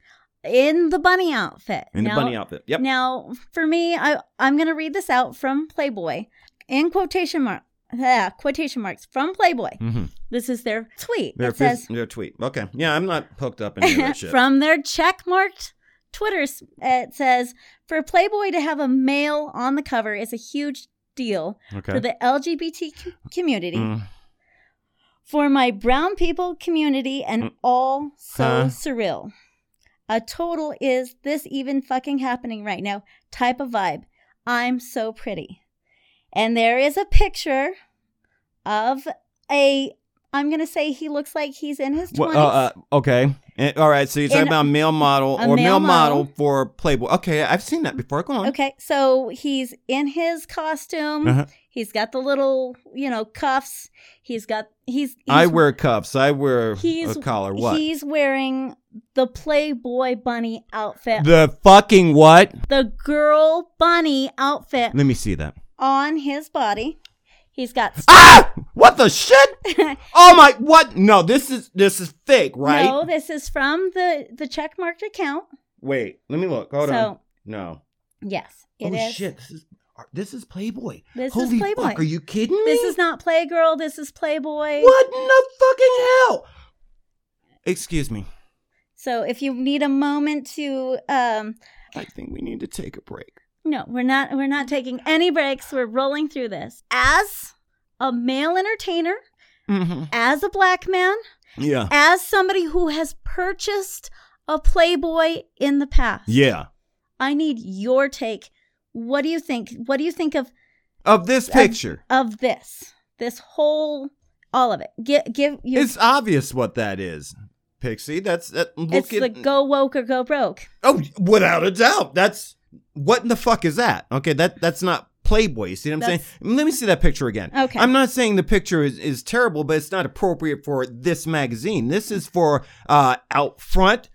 A: in the bunny outfit.
B: in the
A: Now-
B: bunny outfit. Yep.
A: Now, for me, I, I'm going to read this out from Playboy in quotation mark. ah, quotation marks from Playboy.
B: Mm-hmm.
A: This is their tweet.
B: Their,
A: it says
B: their tweet. Okay. Yeah, I'm not hooked up in any
A: *laughs*
B: of that shit.
A: from their checkmarked Twitter. s- uh, It says for Playboy to have a male on the cover is a huge deal for
B: okay.
A: the LGBT com- community.
B: Mm.
A: for my brown people community and
B: Mm.
A: all so
B: Huh.
A: surreal. A total is this even fucking happening right now type of vibe. I'm so pretty. And there is a picture of a I'm going to say he looks like he's in his 20s.
B: Well, uh, uh, okay. Eh, all right. So you're talking
A: In-
B: about male model
A: a
B: or
A: male
B: male model.
A: model.
B: for Playboy. Okay, I've seen that before. Go on.
A: okay, so he's in his costume.
B: Uh-huh.
A: He's got the little, you know, cuffs. He's got he's, he's
B: I wear cuffs. I wear
A: He's-
B: a collar. What?
A: He's wearing the Playboy bunny outfit
B: The fucking what?
A: the girl bunny outfit
B: Let me see that.
A: on his body. He's got
B: Ah! *laughs* What
A: *laughs*
B: the shit? Oh my! What? No, this is this is fake, right?
A: no. This is from the the checkmarked account.
B: Wait, let me look. Hold
A: so
B: on. No.
A: yes, it
B: Oh
A: is.
B: shit! This is uh, this is Playboy.
A: This
B: Holy
A: is Playboy.
B: fuck! Are you kidding me?
A: This is not Playgirl. This is Playboy.
B: what in the fucking hell? Excuse me.
A: So if you need a moment to, um,
B: I think we need to take a break.
A: no, we're not. We're not taking any breaks. We're rolling through this as a male entertainer,
B: Mm-hmm.
A: as a black man,
B: Yeah.
A: as somebody who has purchased a Playboy in the past.
B: Yeah.
A: I need your take. What do you think? What do you think of
B: Of this
A: Of-
B: picture,
A: of this? This whole all of it. Give give you
B: it's obvious what that is. Pixie, that's that. Look
A: it's
B: at
A: the go woke or go broke.
B: oh, without a doubt. That's what in the fuck is that? Okay, that that's not Playboy. You see what I'm
A: That's-
B: saying? Let me see that picture again.
A: Okay.
B: I'm not saying the picture is, is terrible, but it's not appropriate for this magazine. This is for uh, out front.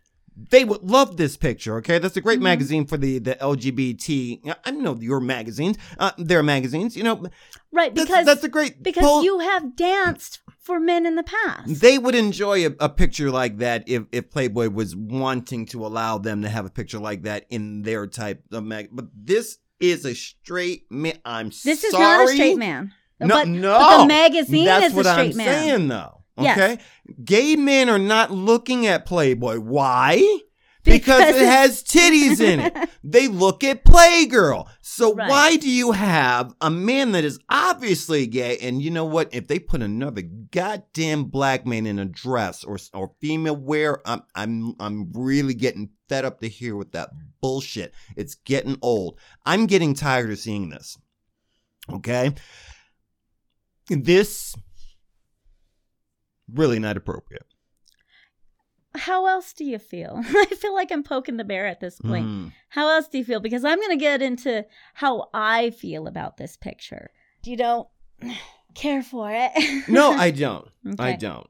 B: They would love this picture. Okay, that's a
A: Mm-hmm.
B: great magazine for the the LGBT. I know your magazines. Uh, their magazines. You know,
A: Right,
B: that's,
A: because
B: that's a great
A: because
B: poll-
A: you have danced for men in the past.
B: They would enjoy a, a picture like that if, if Playboy was wanting to allow them to have a picture like that in their type of mag. But this is a straight man. I'm
A: this is
B: sorry.
A: not a straight man.
B: No,
A: but,
B: no.
A: but the magazine
B: That's
A: is
B: what
A: a straight
B: I'm
A: man.
B: saying, though.
A: Yes.
B: Okay, gay men are not looking at Playboy. Why? Because,
A: Because
B: it has titties in
A: *laughs*
B: it. They look at Playgirl. So
A: Right.
B: why do you have a man that is obviously gay? And you know what? If they put another goddamn black man in a dress or or female wear, I'm I'm I'm really getting fed up to here with that bullshit. It's getting old. I'm getting tired of seeing this. Okay, this really not appropriate.
A: How else do you feel? *laughs* I feel like I'm poking the bear at this point.
B: Mm.
A: How else do you feel? Because I'm going to get into how I feel about this picture. You don't *sighs* care for it. *laughs*
B: No, I don't. I
A: Okay.
B: don't.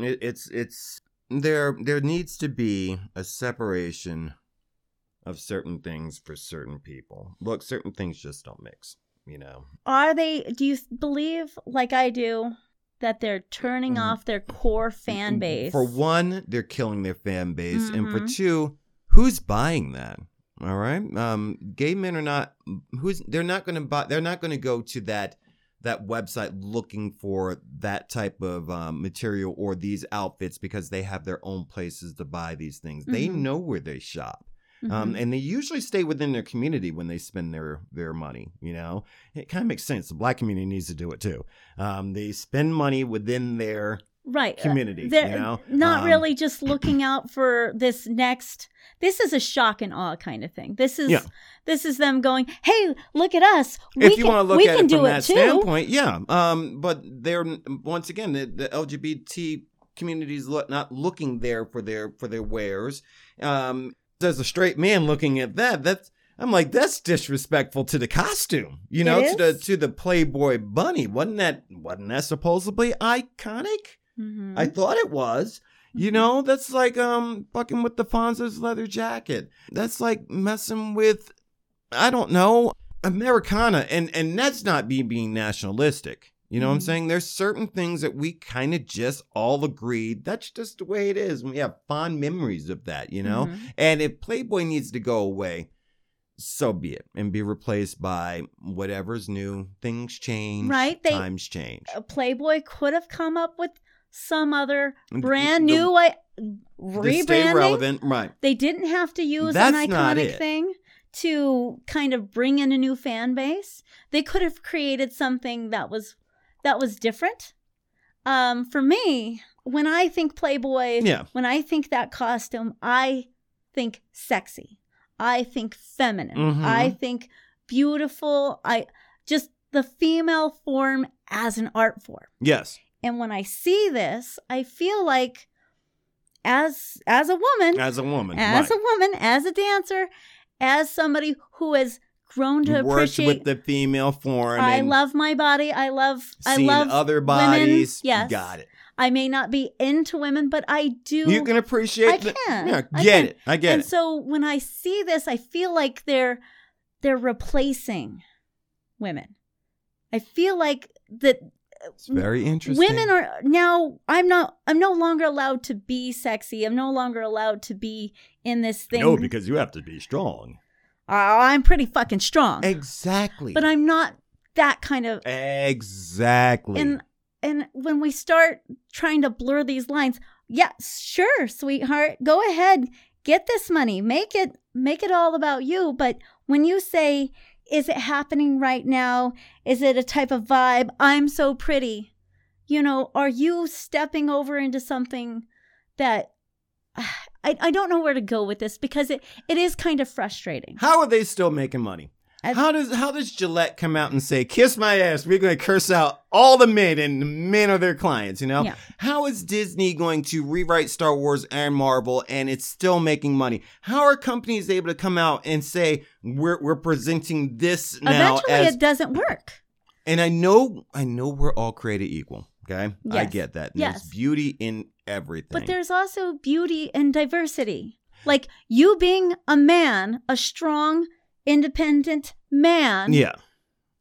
B: It, it's it's there. There needs to be a separation of certain things for certain people. Look, certain things just don't mix. You know.
A: Are they, do you believe, like I do, that they're turning
B: Mhm.
A: off their core fan base?
B: For one, they're killing their fan base, and for
A: Mhm.
B: two, who's buying that? All right, um, gay men are not. Who's they're not going to buy. They're not going to go to that that website looking for that type of um, material or these outfits because they have their own places to buy these things. They
A: Mhm.
B: know where they shop.
A: Mhm.
B: Um, and they usually stay within their community when they spend their their money. You know, it kind of makes sense. The black community needs to do it too. Um, they spend money within their
A: right. uh,
B: community. You
A: they're
B: know,
A: not
B: Um,
A: really
B: *clears throat*
A: just looking out for this next this is a shock and awe kind of thing this is
B: Yeah.
A: this is them going hey look at us we
B: if you
A: can,
B: want to look
A: we
B: at
A: can
B: it
A: do
B: from
A: it
B: that
A: too
B: standpoint, yeah. Um, but they're once again the, the LGBT communities lo- not looking there for their for their wares. Um, as a straight man looking at that, that's I'm like that's disrespectful to the costume, you know,
A: It
B: to the
A: is.
B: to the Playboy bunny. wasn't that wasn't that supposedly iconic?
A: Mhm.
B: I thought it was. You
A: Mhm.
B: know, that's like um fucking with the Fonzo's leather jacket. That's like messing with I don't know, Americana and and that's not me being nationalistic. You know what I'm
A: Mhm.
B: saying? There's certain things that we kind of just all agreed that's just the way it is. We have fond memories of that, you know?
A: Mhm.
B: And if Playboy needs to go away, so be it. And be replaced by whatever's new. Things change.
A: Right, they-
B: times change.
A: A playboy could have come up with some other
B: And
A: brand
B: the-
A: new way
B: to stay
A: rebranding
B: relevant. Right.
A: they didn't have to use an
B: That's not
A: iconic
B: it.
A: thing to kind of bring in a new fan base they could have created something that was that was different um for me when i think playboy
B: Yeah.
A: when I think that costume, I think sexy. I think feminine.
B: Mhm.
A: I think beautiful. I just the female form as an art form.
B: Yes.
A: And when I see this, I feel like as as a woman,
B: As a woman.
A: as
B: right.
A: a woman, as a dancer, as somebody who has grown to
B: Works
A: appreciate
B: with the female form.
A: I
B: and
A: love my body. I love I
B: seen
A: love
B: other
A: women.
B: bodies.
A: Yes.
B: Got it.
A: I may not be into women, but I do
B: You can appreciate.
A: I
B: the-
A: can.
B: yeah,
A: I
B: get
A: can.
B: it. I get
A: and
B: it.
A: so when I see this, I feel like they're they're replacing women. I feel like that
B: it's very interesting.
A: women are now I'm not I'm no longer allowed to be sexy. I'm no longer allowed to be in this thing.
B: because you have to be strong.
A: I- I'm pretty fucking strong.
B: Exactly.
A: But I'm not that kind of
B: exactly.
A: and and when we start trying to blur these lines, yeah, sure, sweetheart, go ahead, get this money, make it make it all about you. But when you say, "Is it happening right now? Is it a type of vibe? I'm so pretty," you know, are you stepping over into something that? *sighs* I, I don't know where to go with this because it, it is kind of frustrating.
B: how are they still making money?
A: I-
B: how does how does Gillette come out and say, "Kiss my ass"? We're going to curse out all the men, and the men are their clients. You know,
A: Yeah.
B: how is Disney going to rewrite Star Wars and Marvel, and it's still making money? How are companies able to come out and say, "We're we're presenting this now
A: Eventually,
B: as
A: it doesn't work.
B: and I know, I know we're all created equal. Okay, I
A: Yes.
B: get that. And
A: Yes.
B: There's beauty in everything.
A: But there's also beauty and diversity. Like you being a man, a strong, independent man,
B: yeah,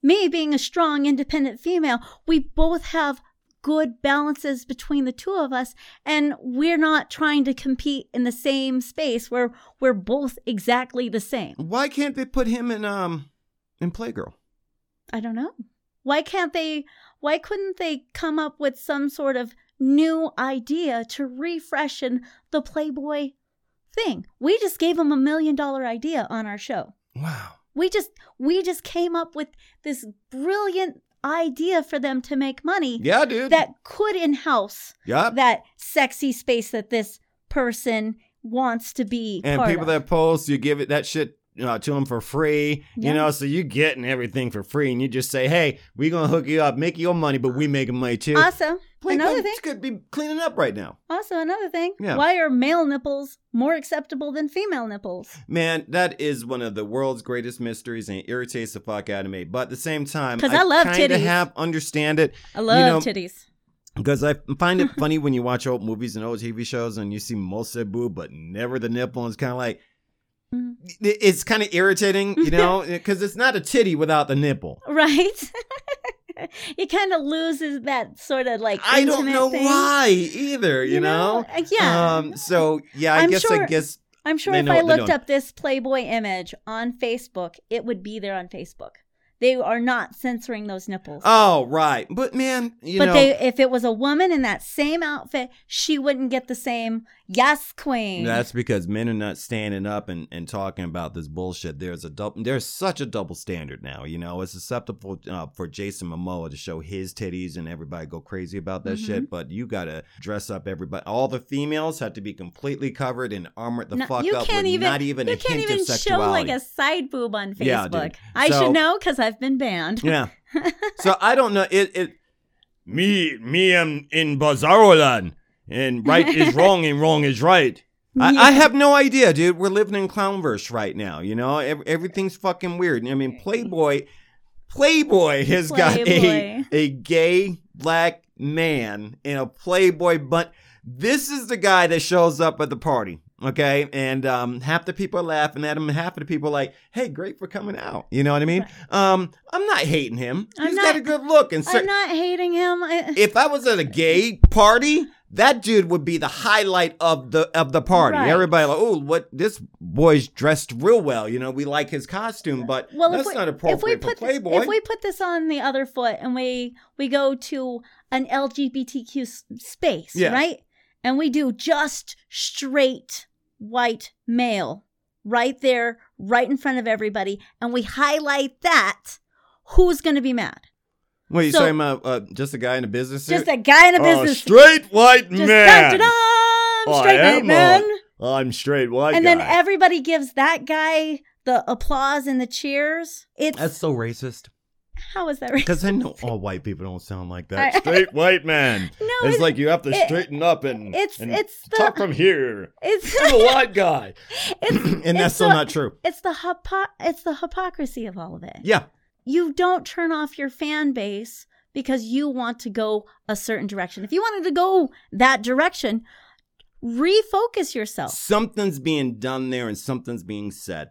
A: me being a strong, independent female, we both have good balances between the two of us and we're not trying to compete in the same space where we're both exactly the same.
B: why can't they put him in um in Playgirl?
A: I don't know. Why can't they why couldn't they come up with some sort of new idea to refreshen the Playboy thing? We just gave them a million dollar idea on our show.
B: Wow.
A: We just we just came up with this brilliant idea for them to make money
B: Yeah, dude.
A: that could in-house
B: yep.
A: that sexy space that this person wants to be
B: and
A: part
B: people
A: of.
B: that post, you give it that shit uh, to them for free.
A: Yeah.
B: You know, so you getting everything for free, and you just say, "Hey, we gonna hook you up, make your money, but we making money too."
A: also
B: Play-
A: another
B: Play-
A: thing
B: could be cleaning up right now,
A: also another thing
B: Yeah.
A: why are male nipples more acceptable than female nipples
B: man. That is one of the world's greatest mysteries, and it irritates the fuck out of me. But at the same time,
A: 'Cause I love
B: kinda
A: titties.
B: have understand it.
A: I love
B: know,
A: titties. *laughs*
B: Because I find it funny when you watch old movies and old TV shows and you see most of the boob, but never the nipple. And it's kind of like,
A: Mhm.
B: it- it's kind of irritating,
A: *laughs*
B: you know, because it's not a titty without the nipple.
A: Right? *laughs* it kind of loses that sort of like
B: I don't
A: intimate
B: know
A: thing,
B: why either, you, know?
A: Uh, Yeah.
B: Um, so, yeah, I
A: I'm
B: guess
A: sure-
B: I guess,
A: I'm sure
B: they
A: if
B: know
A: I
B: what they're
A: looked
B: doing.
A: up this Playboy image on Facebook, it would be there on Facebook. They are not censoring those nipples.
B: oh, right. But man, you
A: but
B: know,
A: they if it was a woman in that same outfit, she wouldn't get the same Yes, queen.
B: That's because men are not standing up and, and talking about this bullshit. There's a double. There's such a double standard now. You know, it's susceptible uh, for Jason Momoa to show his titties and everybody go crazy about that
A: Mhm.
B: shit. But you gotta dress up everybody. All the females have to be completely covered and armored the
A: No,
B: fuck
A: you
B: up
A: can't
B: with
A: even-
B: not even a
A: you can't
B: hint
A: even
B: of
A: show
B: sexuality.
A: like a side boob on Facebook.
B: Yeah, dude.
A: I
B: So-
A: should know because I've been banned.
B: yeah. So I don't know. It it me me am in Bazaroland and right is wrong and wrong is right. I, I have no idea, dude. We're living in clownverse right now. You know, Ev- everything's fucking weird. I mean, Playboy, Playboy has got a
A: Playboy.
B: a gay black man in a Playboy bun. This is the guy that shows up at the party. Okay, and um, half the people are laughing at him, and half of the people are like, "Hey, great for coming out." You know what I mean? Um, I'm not hating him. He's
A: I'm
B: got
A: not-
B: a good look, and cer-
A: I'm not hating him. I,
B: if I was at a gay party, that dude would be the highlight of the of the party.
A: Right.
B: Everybody like, oh, what this boy's dressed real well. You know, we like his costume, but
A: well,
B: that's
A: if we,
B: not
A: if we
B: appropriate
A: put
B: for Playboy.
A: if we put this on the other foot and we we go to an LGBTQ s- space,
B: Yeah.
A: right? And we do just straight white male right there, right in front of everybody, and we highlight that. Who's going to be mad?
B: Wait, you
A: so-
B: talking about uh, just a guy in a business suit?
A: Just a guy in a
B: Oh,
A: business.
B: straight white
A: just
B: man. Oh,
A: dun-dun-dun,
B: I
A: straight
B: am
A: white man.
B: I'm straight white
A: and
B: guy.
A: then everybody gives that guy the applause and the cheers. It's
B: that's so racist.
A: how is that right?
B: Because I know all white people don't sound like that.
A: I-
B: Straight white *laughs* man.
A: No,
B: It's
A: it's
B: like you have to
A: it-
B: straighten up and,
A: it's
B: and
A: it's
B: talk
A: the
B: from here.
A: *laughs* it's
B: I'm a white guy.
A: *laughs* it's
B: *clears throat* and that's
A: it's
B: still
A: the-
B: not true.
A: it's the hypo- it's the hypocrisy of all of it.
B: Yeah.
A: You don't turn off your fan base because you want to go a certain direction. If you wanted to go that direction, refocus
B: Oh.
A: yourself.
B: Something's being done there and something's being said.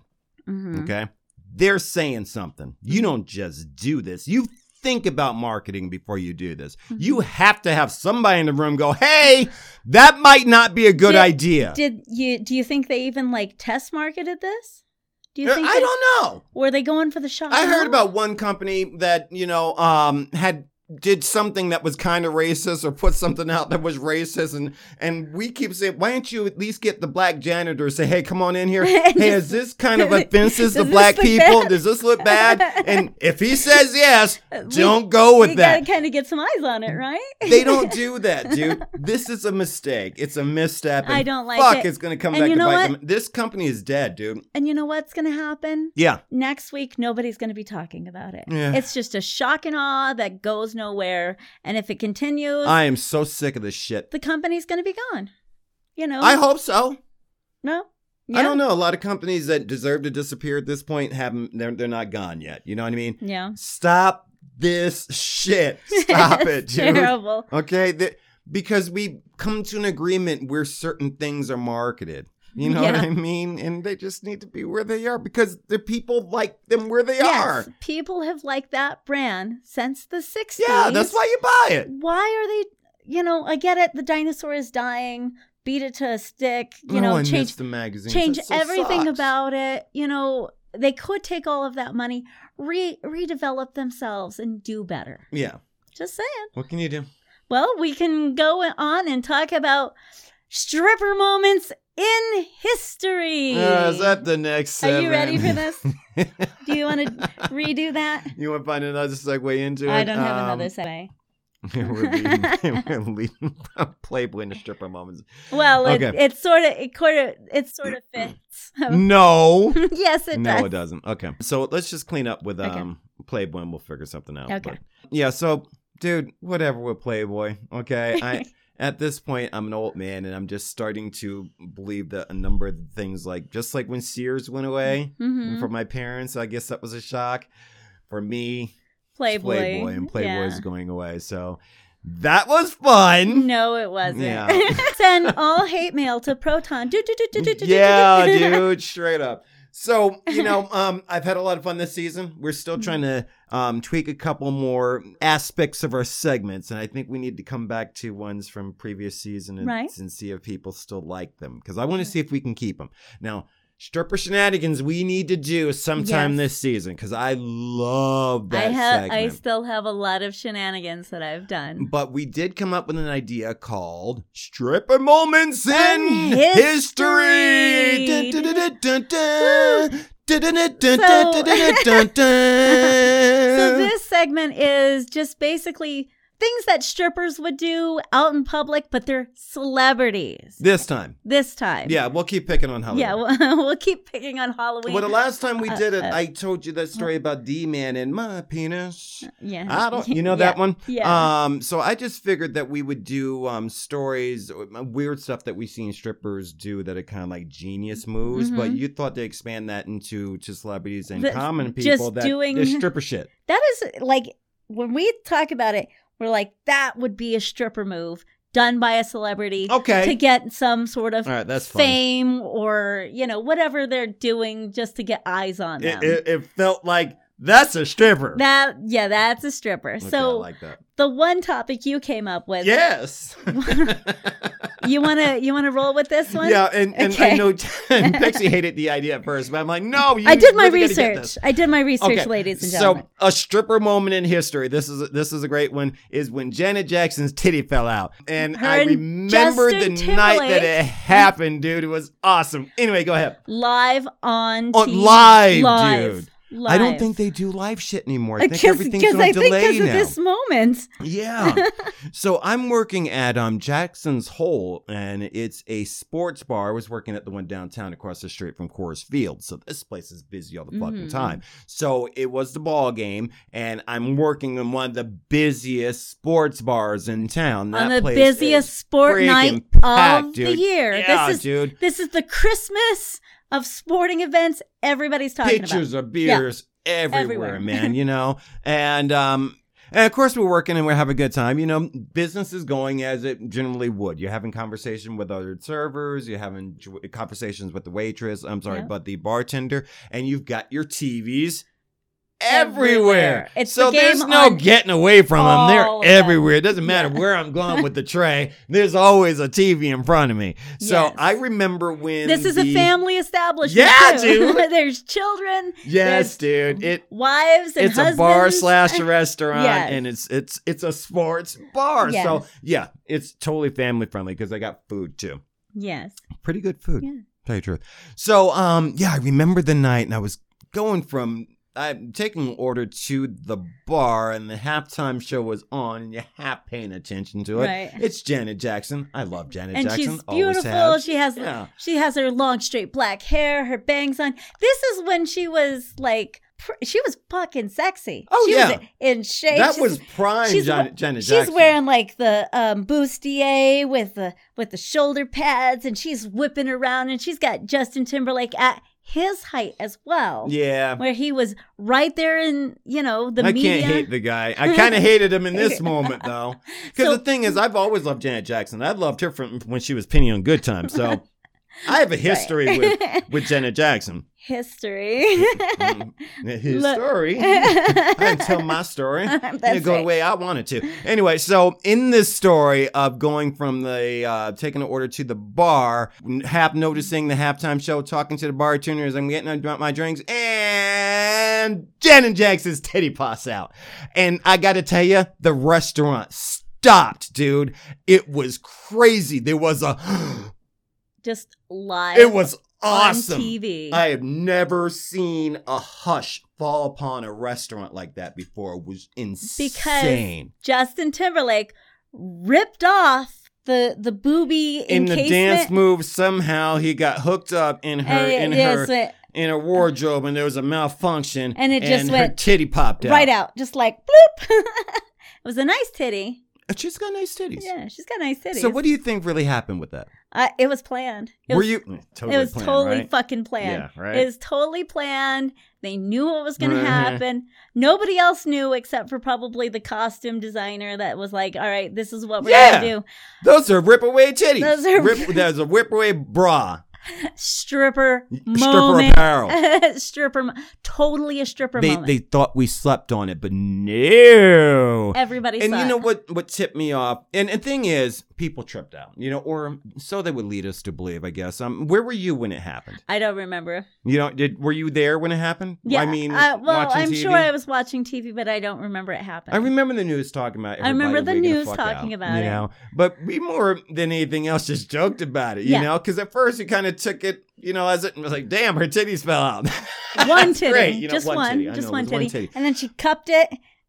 A: Mhm.
B: Okay. They're saying something. You don't just do this. You think about marketing before you do this. You have to have somebody in the room go, hey, that might not be a good
A: Did-
B: idea.
A: Did you do you think they even like test marketed this? Do you
B: Uh,
A: think
B: I
A: they-
B: don't know.
A: were they going for the shot?
B: I heard
A: no?
B: about one company that, you know, um, had did something that was kind of racist or put something out that was racist and and we keep saying why don't you at least get the black janitor to say hey come on
A: *laughs*
B: in here hey is this kind of offensive
A: Does
B: to
A: this
B: black
A: look
B: people
A: bad?
B: does this look bad and if he says yes
A: *laughs* We-
B: don't go with
A: you
B: that
A: gotta kind of get some eyes on it, right?
B: they don't do that dude this is a mistake it's a misstep and
A: I don't like
B: fuck
A: it.
B: it's gonna come
A: And
B: back
A: you
B: to
A: know
B: bite
A: what?
B: them this company is dead dude
A: *laughs* And you know what's gonna happen?
B: yeah
A: next week nobody's going to be talking about it.
B: Yeah.
A: It's just a shock and awe that goes nowhere, and if it continues,
B: i am so sick of this shit
A: the company's going to be gone. You know?
B: i hope so
A: no.
B: I don't know. A lot of companies that deserve to disappear at this point haven't. They're, they're not gone yet. You know what I mean?
A: Yeah.
B: Stop this
A: *laughs*
B: shit. Stop it,
A: It's
B: dude.
A: Terrible.
B: Okay, Th- because we come to an agreement where certain things are marketed. You know
A: Yeah.
B: what I mean? And they just need to be where they are because the people like them where they
A: Yes,
B: are.
A: people have liked that brand since the 60s.
B: Yeah, that's why you buy it.
A: Why are they? You know, I get it. The dinosaur is dying. Beat it to a stick. You
B: Oh,
A: know,
B: I
A: change
B: miss the magazine.
A: change everything about it. You know, they could take all of that money, re redevelop themselves, and do better.
B: Yeah.
A: Just saying.
B: What can you do?
A: Well, we can go on and talk about stripper moments in history.
B: Uh, is that the next?
A: Are you ready for
B: seven? *laughs*
A: this? Do you want to redo that?
B: you want to find another segue into it?
A: I don't have
B: Um,
A: another segue.
B: *laughs*
A: *laughs*
B: we're leading, we're leading from Playboy into stripper moments.
A: Well, it,
B: okay.
A: it sort of it sort of it sort of fits.
B: No,
A: *laughs* yes, Oh. it
B: no,
A: does.
B: it doesn't. Okay, so let's just clean up with
A: Okay.
B: um Playboy, and we'll figure something out.
A: Okay.
B: But, yeah, so dude, whatever with Playboy. Okay,
A: *laughs*
B: I at this point I'm an old man, and I'm just starting to believe that a number of things, like just like when Sears went away
A: Mhm.
B: for my parents, I guess that was a shock. For me, it's
A: Playboy.
B: Playboy and Playboy's
A: Yeah.
B: going away, so that was
A: *laughs*
B: fun.
A: No, it wasn't.
B: Yeah.
A: *laughs* Send all hate mail to Proton. Do, do, do, do, do, do, do, *laughs*
B: yeah,
A: do.
B: dude, straight up. So
A: *laughs*
B: you know, um, I've had a lot of fun this season. We're
A: Mm-hmm.
B: still trying to um, tweak a couple more aspects of our segments, and I think we need to come back to ones from previous season and,
A: Right.
B: and see if people still like them because I want to see if we can keep them. Now, stripper shenanigans we need to do sometime
A: Yes.
B: this season because I love
A: I
B: that
A: have I
B: segment.
A: still have a lot of shenanigans that I've done.
B: but we did come up with an idea called Stripper Moments in
A: In History.
B: History. Dun, dun, dun, dun, dun, dun. Dun, dun, dun, dun,
A: So-
B: dun, dun,
A: *laughs*
B: dun, dun.
A: So this segment is just basically things that strippers would do out in public, but they're celebrities
B: This time.
A: this time.
B: Yeah, we'll keep picking on Halloween.
A: yeah. *laughs* We'll, we'll keep picking on Halloween.
B: Well, the last time we
A: Uh,
B: did it,
A: uh,
B: I told you that story about D Man and my penis.
A: yeah.
B: I don't,
A: *laughs*
B: you know that
A: Yeah.
B: one.
A: Yeah.
B: Um. So I just figured that we would do um stories, uh, weird stuff that we've seen strippers do that are kind of like genius moves. But
A: Mhm.
B: you thought to expand that into to celebrities and
A: The-
B: common people
A: just
B: that
A: doing-
B: is stripper shit.
A: That is like when we talk about it, we're like that would be a stripper move done by a celebrity *laughs* to
B: Okay.
A: get some sort of
B: All right. That's fun.
A: fame or you know whatever they're doing just to get eyes on them.
B: It, it, it felt like that's a stripper.
A: that yeah, that's a stripper.
B: Okay, I
A: so
B: like that.
A: the one topic you came up with,
B: Yes.
A: *laughs* you wanna you wanna roll with this one?
B: *laughs* Yeah, and, and
A: Okay. *laughs*
B: I know *laughs* and Pixie hated the idea at first, but I'm like, no, you
A: I did my
B: really gotta get this.
A: research. I did my research,
B: Okay,
A: ladies and
B: So
A: gentlemen.
B: a stripper moment in history. This is this is a great one. Is when Janet Jackson's titty fell out, and
A: Her
B: I
A: and
B: remember the
A: Justin
B: night that
A: Timberlake.
B: it happened, dude. It was awesome. Anyway, go ahead.
A: live on
B: Oh,
A: TV.
B: live, dude.
A: Live.
B: I don't think they do live shit anymore. I think
A: Because
B: everything's on
A: I think
B: delay
A: because of
B: now.
A: this moment. *laughs*
B: Yeah. so I'm working at um Jackson's Hole, and it's a sports bar. I was working at the one downtown across the street from Coors Field. So this place is busy all the fucking
A: Mhm.
B: time. So it was the ball game, and I'm working in one of the busiest sports bars in town. That
A: on the
B: place
A: busiest
B: is
A: sport
B: friggin'
A: night
B: packed,
A: of
B: dude.
A: the year.
B: Yeah,
A: this is
B: dude.
A: this is the Christmas of sporting events. Everybody's talking
B: pictures
A: about.
B: of beers everywhere,
A: Everywhere. *laughs*
B: man. You know, and um, and of course we're working and we're having a good time. You know, business is going as it generally would. You're having conversation with other servers. You're having ju- conversations with the waitress. I'm sorry,
A: Yeah.
B: but the bartender, and you've got your TVs. Everywhere.
A: Everywhere. It's
B: so
A: the game
B: there's no
A: on
B: getting away from them.
A: all of
B: They're
A: them.
B: everywhere. It doesn't matter
A: Yeah.
B: where I'm
A: *laughs*
B: going with the tray. There's always a TV in front of me. So
A: Yes.
B: I remember when
A: This is a
B: the-
A: family establishment.
B: Yeah,
A: too. *laughs*
B: dude.
A: There's children,
B: Yes, dude. It
A: wives, and
B: it's
A: husbands.
B: a
A: *laughs*
B: bar slash a restaurant
A: Yes.
B: and it's it's it's a sports bar
A: Yes.
B: so yeah it's totally family friendly because i got food too
A: Yes.
B: pretty good food
A: Yeah.
B: tell you the truth so um yeah i remember the night and i was going from i'm taking an order to the bar and the halftime show was on and you're half paying attention to it
A: Right.
B: it's janet jackson i love janet
A: And
B: jackson
A: she's
B: always
A: beautiful.
B: have.
A: She has
B: Yeah.
A: she has her long straight black hair, her bangs on. This is when she was like pr- she was fucking sexy.
B: Oh,
A: she
B: yeah.
A: was in shape.
B: that
A: She's-
B: was prime
A: she's-
B: Jan- janet
A: She's
B: jackson
A: wearing like the um, bustier with the with the shoulder pads, and she's whipping around, and she's got Justin Timberlake at his height as well.
B: yeah
A: where he was right there in you know the
B: I
A: media.
B: can't hate the guy. I kind of hated him in
A: *laughs*
B: this moment though, because
A: So-
B: the thing is, I've always loved Janet Jackson. I loved her from when she was Penny on Good Time.
A: *laughs*
B: So I have a history with with Janet
A: *laughs*
B: Jackson.
A: history.
B: Mm, His
A: *laughs*
B: story. I didn't *laughs*
A: Until
B: tell my story.
A: *laughs* That's
B: It go the
A: right.
B: way I wanted to. Anyway, so in this story of going from the uh, taking an order to the bar, Hap noticing the halftime show, talking to the bartender as I'm getting out my drinks, and Janet Jackson's teddy pops out. And I got to tell you, the restaurant stopped, dude. It was crazy. There was a, *gasps*
A: just live.
B: it was
A: on
B: awesome.
A: TV.
B: I have never seen a hush fall upon a restaurant like that before. It was insane.
A: Justin Timberlake ripped off the the booby
B: in the
A: encasement.
B: dance move, somehow he got hooked up in her
A: and it
B: in
A: just
B: her
A: went
B: in her wardrobe, and there was a malfunction,
A: And it just
B: her
A: went
B: titty popped out.
A: right out, just like bloop. *laughs* it was a nice titty.
B: And She's got nice titties.
A: Yeah, she's got nice titties.
B: So what do you think really happened with that?
A: I, it was planned. It
B: Were
A: was,
B: you totally
A: it was
B: planned,
A: totally
B: right?
A: fucking planned.
B: Yeah, right.
A: It was totally planned. They knew what was going to
B: Mhm.
A: happen. Nobody else knew except for probably the costume designer that was like, "All right, this is what we're
B: Yeah.
A: going to
B: Those are rip away titties.
A: Those are- *laughs*
B: rip, there's a rip away bra.
A: do." Stripper
B: Stripper
A: moment.
B: apparel.
A: *laughs* stripper, mo- totally a stripper
B: they
A: moment.
B: they thought we slept on it, but no.
A: Everybody
B: and
A: saw
B: you know
A: it.
B: what what tipped me off and the thing is people tripped out, you know, or so they would lead us to believe, I guess. Um, where were you when it happened?
A: I don't remember.
B: You know, did were you there when it happened?
A: Yeah,
B: I mean,
A: uh, well,
B: watching
A: I'm
B: TV?
A: sure I was watching TV, but I don't remember it happening.
B: I remember the news talking about.
A: I remember the
B: everybody wigging
A: news
B: fuck
A: talking
B: out,
A: about
B: you
A: it.
B: know? But we more than anything else just joked about it, you
A: Yeah.
B: know, because at first you kind of took it, you know, as it was like, damn, her titties fell
A: *laughs*
B: out.
A: one
B: *laughs* That's
A: titty,
B: great, you know,
A: just one,
B: titty. I
A: just
B: know, it
A: one
B: was
A: titty. and then she cupped it,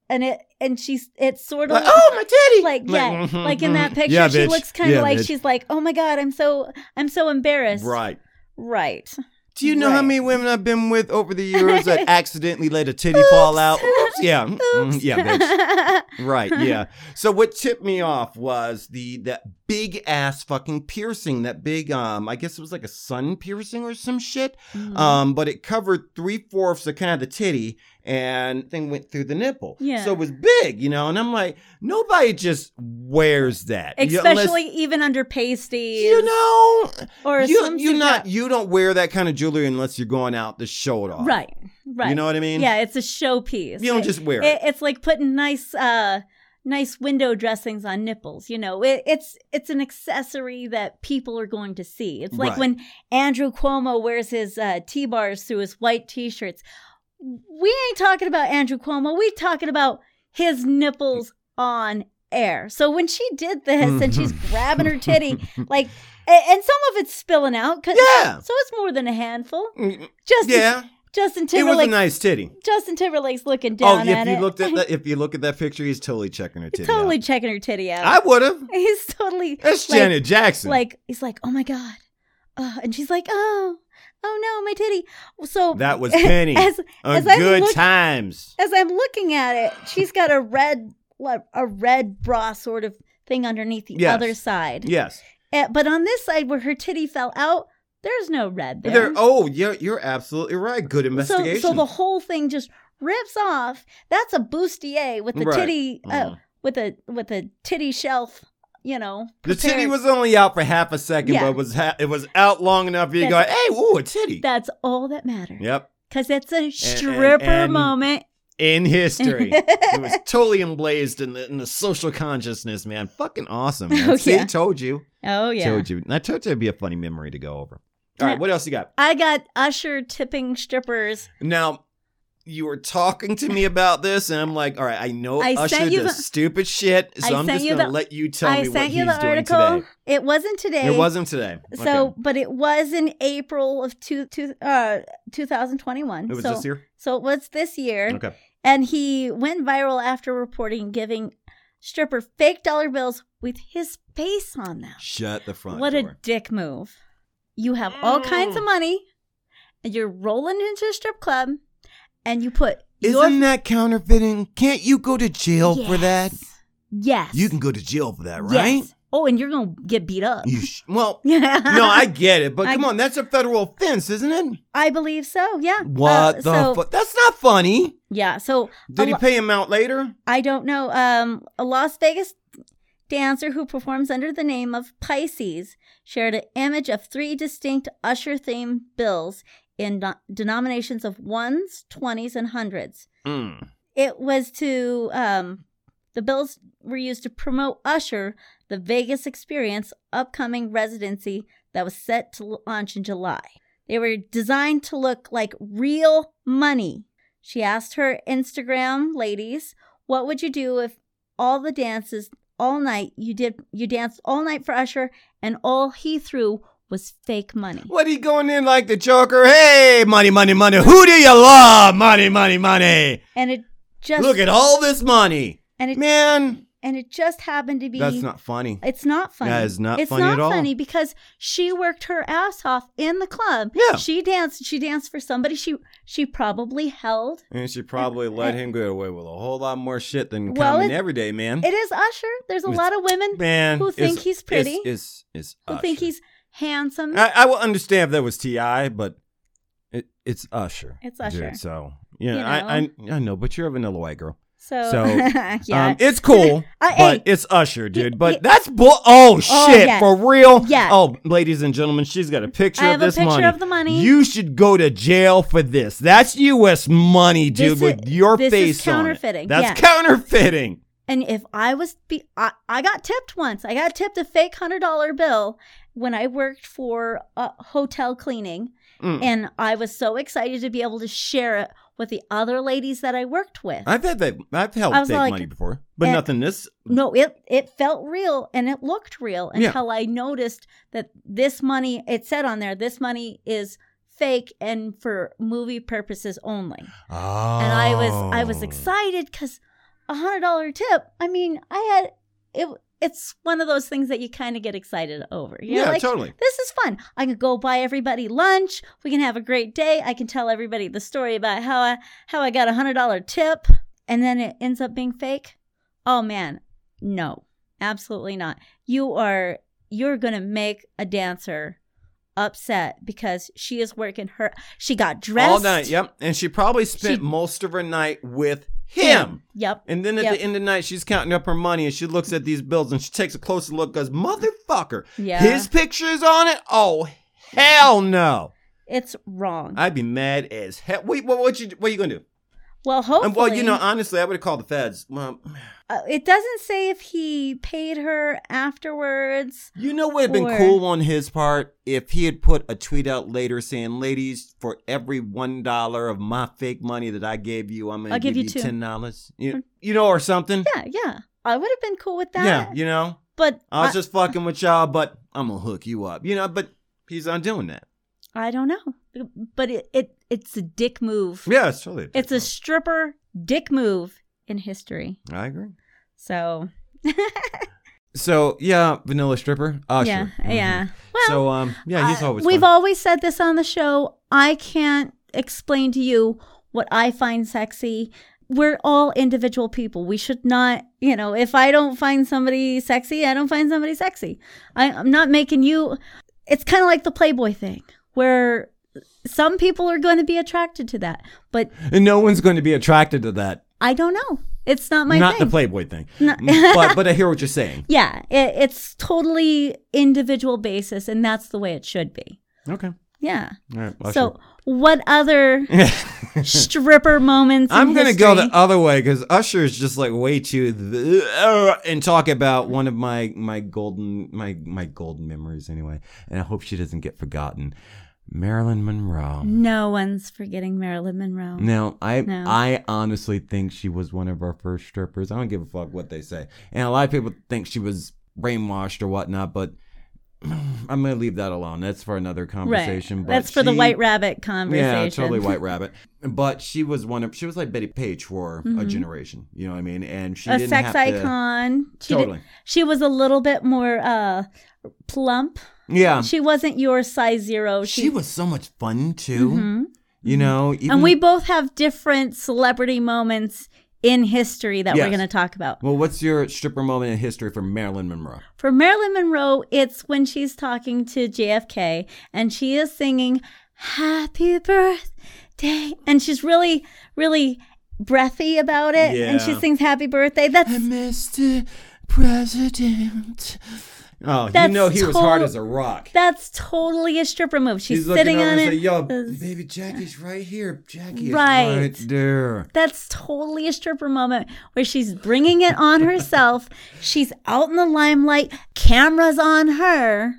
A: and it, and she's, it's sort of
B: Like, oh, my
A: *laughs*
B: titty!
A: like yeah,
B: mhm,
A: like in that
B: mhm.
A: picture,
B: Yeah,
A: she
B: bitch.
A: looks kind of
B: Yeah,
A: like
B: bitch.
A: she's like, oh my god, I'm so, I'm so embarrassed.
B: right.
A: right.
B: Do you know how
A: Right.
B: many women I've been with
A: *laughs*
B: over the years that accidentally let a titty fall out? Oops, yeah, mm, mm,
A: Oops. *laughs*
B: yeah, bitch. Right, yeah. So what tipped me off was the that big ass fucking piercing, that big um, I guess it was like a sun piercing or some shit.
A: Mm.
B: Um, but it covered three fourths of kind of the titty, and thing went through the nipple.
A: Yeah.
B: So it was big, you know. And I'm like, nobody just wears that, You- unless-
A: especially even under pasties,
B: you know,
A: or
B: you
A: some
B: you
A: super-
B: not you don't wear that kind of jewelry unless you're going out to show it off,
A: right, right.
B: You know what I mean?
A: yeah, it's a showpiece.
B: You don't
A: It-
B: just wear it.
A: it, it's like putting nice uh nice window dressings on nipples you know it, it's it's an accessory that people are going to see it's like
B: Right.
A: when andrew cuomo wears his uh, t-bars through his white t-shirts we ain't talking about andrew cuomo we talking about his nipples on air so when she did this and she's
B: Mm-hmm.
A: grabbing her
B: *laughs*
A: titty like a- and some of it's spilling out 'cause-
B: Yeah.
A: so it's more than a handful
B: Mm,
A: justin, *laughs*
B: Yeah,
A: justin
B: it was a
A: timberlake
B: nice titty.
A: justin timberlake's looking
B: Oh,
A: down
B: if
A: at
B: you
A: it
B: looked
A: *laughs*
B: at that, if you look at that picture, he's totally checking her titty.
A: He's totally
B: out.
A: checking her titty out.
B: I would have.
A: *laughs* he's totally
B: That's
A: Like-
B: Janet Jackson.
A: like he's like, oh my god, uh, and she's like, oh, oh no, my titty. So
B: that was Penny.
A: oh, *laughs* as
B: on
A: as I
B: good
A: look-
B: times.
A: as I'm looking at it, she's got a red like, a red bra sort of thing underneath the
B: Yes.
A: other side.
B: Yes.
A: Uh, but on this side where her titty fell out, there's no red there.
B: There- oh, you're, you're absolutely right. Good
A: so
B: investigation.
A: so the whole thing just rips off. That's a bustier with the
B: Right.
A: titty uh,
B: Mhm.
A: with a with a titty shelf. You know,
B: The titty
A: prepared.
B: was only out for half a second,
A: Yeah.
B: but it was ha- it was out long enough. You go,
A: That's-
B: hey, ooh, a titty.
A: That's all that matters.
B: yep,
A: Because it's a stripper
B: and-
A: moment. *laughs*
B: in history, it was totally emblazed in the in the social consciousness, man. Fucking awesome. Man.
A: Oh,
B: See,
A: yeah.
B: told you,
A: oh, yeah.
B: told you. And I told you it'd be a funny memory to go over. All
A: Yeah.
B: right, what else you got?
A: I got Usher tipping strippers.
B: Now, you were talking to me about this, and I'm like, all right, I know
A: I
B: Usher
A: sent you
B: does
A: the-
B: stupid shit, so
A: I
B: I'm
A: sent
B: just
A: you
B: gonna
A: the-
B: let you tell
A: I
B: me what
A: sent you
B: he's
A: the
B: doing
A: article.
B: today.
A: It wasn't today.
B: It wasn't today.
A: So,
B: Okay.
A: but it was in April of two, two, uh, 2021.
B: it was
A: so, er,
B: this year.
A: so it was this year.
B: Okay.
A: And he went viral after reporting giving stripper fake dollar bills with his face on them.
B: Shut the front
A: what
B: door.
A: a dick move. You have all kinds of money and you're rolling into a strip club and you put your
B: Isn't that counterfeiting? Can't you go to jail for that?
A: Yes. Yes.
B: You can go to jail for that,
A: Yes.
B: right?
A: Oh, and you're going to get beat up.
B: You sh- well,
A: *laughs* Yeah.
B: no, I get it, but
A: I-
B: come on, that's a federal offense, isn't it?
A: I believe so. Yeah.
B: What
A: Uh,
B: the
A: so,
B: fuck? That's not funny.
A: Yeah. So a
B: Did he
A: lo-
B: pay him out later?
A: I don't know. Um, a Las Vegas dancer who performs under the name of Pisces shared an image of three distinct Usher themed bills in no- denominations of ones, 20s, and hundreds.
B: Mm.
A: it was to um the bills were used to promote usher the vegas experience upcoming residency that was set to launch in july they were designed to look like real money she asked her instagram ladies what would you do if all the dances all night you did you danced all night for usher and all he threw was fake money
B: What he going in like the Joker? Hey, money, money, money. Who do you love? Money, money, money.
A: and it just
B: Look at all this money,
A: and it
B: man.
A: and it just happened to be
B: That's not funny.
A: It's not funny.
B: That is not
A: it's
B: funny
A: not
B: at all.
A: funny because she worked her ass off in the club.
B: Yeah.
A: She danced. She danced for somebody. She she probably held.
B: And she
A: *laughs*
B: probably let him get away with a whole lot more shit than
A: Well,
B: common
A: it's-
B: everyday man.
A: It is Usher. There's a lot of women
B: man,
A: who think
B: it's-
A: he's
B: it's-
A: pretty,
B: It's it's
A: who think
B: Usher. Uh,
A: he's handsome.
B: I, I will understand if that was Ti, but it, it's Usher.
A: It's Usher.
B: dude, so yeah,
A: You
B: I, I I know, but you're a vanilla white girl.
A: so *laughs*
B: so,
A: yeah.
B: Um,
A: *laughs*
B: it's cool,
A: Uh,
B: but
A: hey.
B: it's Usher, dude. But
A: y-
B: that's bull. Oh shit,
A: Oh, yeah.
B: for real.
A: Yeah.
B: Oh, ladies and gentlemen, she's got a picture
A: I
B: of
A: have a
B: this
A: picture
B: money.
A: of the money.
B: You should go to jail for this. That's U.S. money, dude,
A: This
B: with
A: is-
B: your
A: this is
B: face on it.
A: counterfeiting,
B: That's counterfeiting.
A: And if I was, be, I, I got tipped once. I got tipped a fake hundred dollar bill when I worked for uh, hotel cleaning,
B: Mm.
A: and I was so excited to be able to share it with the other ladies that I worked with.
B: I've had that. I've held
A: I was
B: fake
A: like,
B: money before, but
A: eh,
B: nothing this.
A: no, it it felt real and it looked real
B: Mm. Yeah.
A: until I noticed that this money. It said on there, this money is fake and for movie purposes only.
B: Oh.
A: and I was I was excited because a hundred dollar tip. I mean, I had it. It's one of those things that you kind of get excited over. You're
B: yeah,
A: like,
B: totally.
A: this is fun. I can go buy everybody lunch. We can have a great day. I can tell everybody the story about how I how I got a hundred dollar tip, and then it ends up being fake. Oh man, no, absolutely not. You are you're gonna make a dancer upset because she is working her. She got dressed
B: All night. Yep. And she probably spent
A: She-
B: most of her night with him.
A: Yep.
B: And then at
A: Yep.
B: the end of the night, she's counting up her money and she looks at these bills and she takes a closer look because, motherfucker,
A: Yeah.
B: his picture's on it? Oh, hell no.
A: It's wrong.
B: I'd be mad as hell. Wait, what, what, you, what you going to do?
A: well,
B: Um,
A: hopefully,
B: well, you know, honestly, I would have called the feds. Well,
A: uh, it doesn't say if he paid her afterwards.
B: you know, it would have been
A: Or-
B: cool on his part if he had put a tweet out later saying, ladies, for every $1 of my fake money that I gave you, I'm going to
A: I'll give
B: give
A: you
B: you
A: two. Mm.
B: $10. You, you know, or something.
A: Yeah, yeah. I would have been cool with that.
B: yeah you know?
A: but
B: I was
A: I,
B: just fucking with y'all, but I'm gonna hook you up. You know, but he's not doing that.
A: I don't know. But it, it it's a dick move.
B: Yeah, it's totally.
A: It's a stripper dick move in history.
B: I agree.
A: So
B: So yeah, vanilla stripper. Uh,
A: yeah,
B: sure. Mhm.
A: yeah. Well,
B: so um, yeah, he's
A: I-
B: always.
A: we've
B: fun.
A: always said this on the show. I can't explain to you what I find sexy. We're all individual people. We should not, you know, if I don't find somebody sexy, I don't find somebody sexy. I, I'm not making you. It's kind of like the Playboy thing where some people are going to be attracted to that, but
B: And no one's going to be attracted to that.
A: I don't know. It's not my
B: not
A: thing.
B: the Playboy thing. Mm,
A: No.
B: but but I hear what
A: *laughs*
B: you're saying.
A: yeah, it, it's totally individual basis, and that's the way it should be.
B: Okay. All
A: Yeah.
B: right. well,
A: so,
B: sure.
A: what other stripper moments. in
B: *laughs* I'm gonna go
A: history.
B: the other way because Usher is just like way too th- and talk about one of my my golden my my golden memories anyway, and I hope she doesn't get forgotten. Marilyn Monroe.
A: No one's forgetting Marilyn Monroe.
B: No, I
A: No.
B: I honestly think she was one of our first strippers. I don't give a fuck what they say. And a lot of people think she was brainwashed or whatnot, but *clears throat* I'm gonna leave that alone. That's for another
A: right.
B: conversation. But
A: That's for the
B: she-
A: White Rabbit conversation.
B: Yeah,
A: *laughs*
B: totally white rabbit. But she was one of she was like Betty Page for a generation. You know what I mean? And she
A: Mm-hmm. A
B: didn't
A: sex
B: have to-
A: icon. She did-
B: Totally.
A: she was a little bit more uh, plump.
B: Yeah. She,
A: She wasn't your size zero.
B: Um, was so much fun too.
A: Mhm.
B: You know, even,
A: And we both have different celebrity moments in history that
B: Yes.
A: we're going to talk about.
B: Well, what's your stripper moment in history for Marilyn Monroe?
A: For Marilyn Monroe, it's when she's talking to JFK and she is singing Happy Birthday. And she's really, really breathy about it. And she
B: Yeah.
A: sings Happy Birthday. That's
B: Mr. President. Oh,
A: That's
B: you know he was
A: tot-
B: hard as a rock.
A: that's totally a stripper move. She's
B: He's looking
A: sitting
B: over
A: on
B: and
A: it.
B: say, "Yo,
A: That's-
B: baby, Jackie's right here. Jackie is
A: Right.
B: right there."
A: That's totally a stripper moment where she's bringing it on herself. she's out in the limelight, cameras on her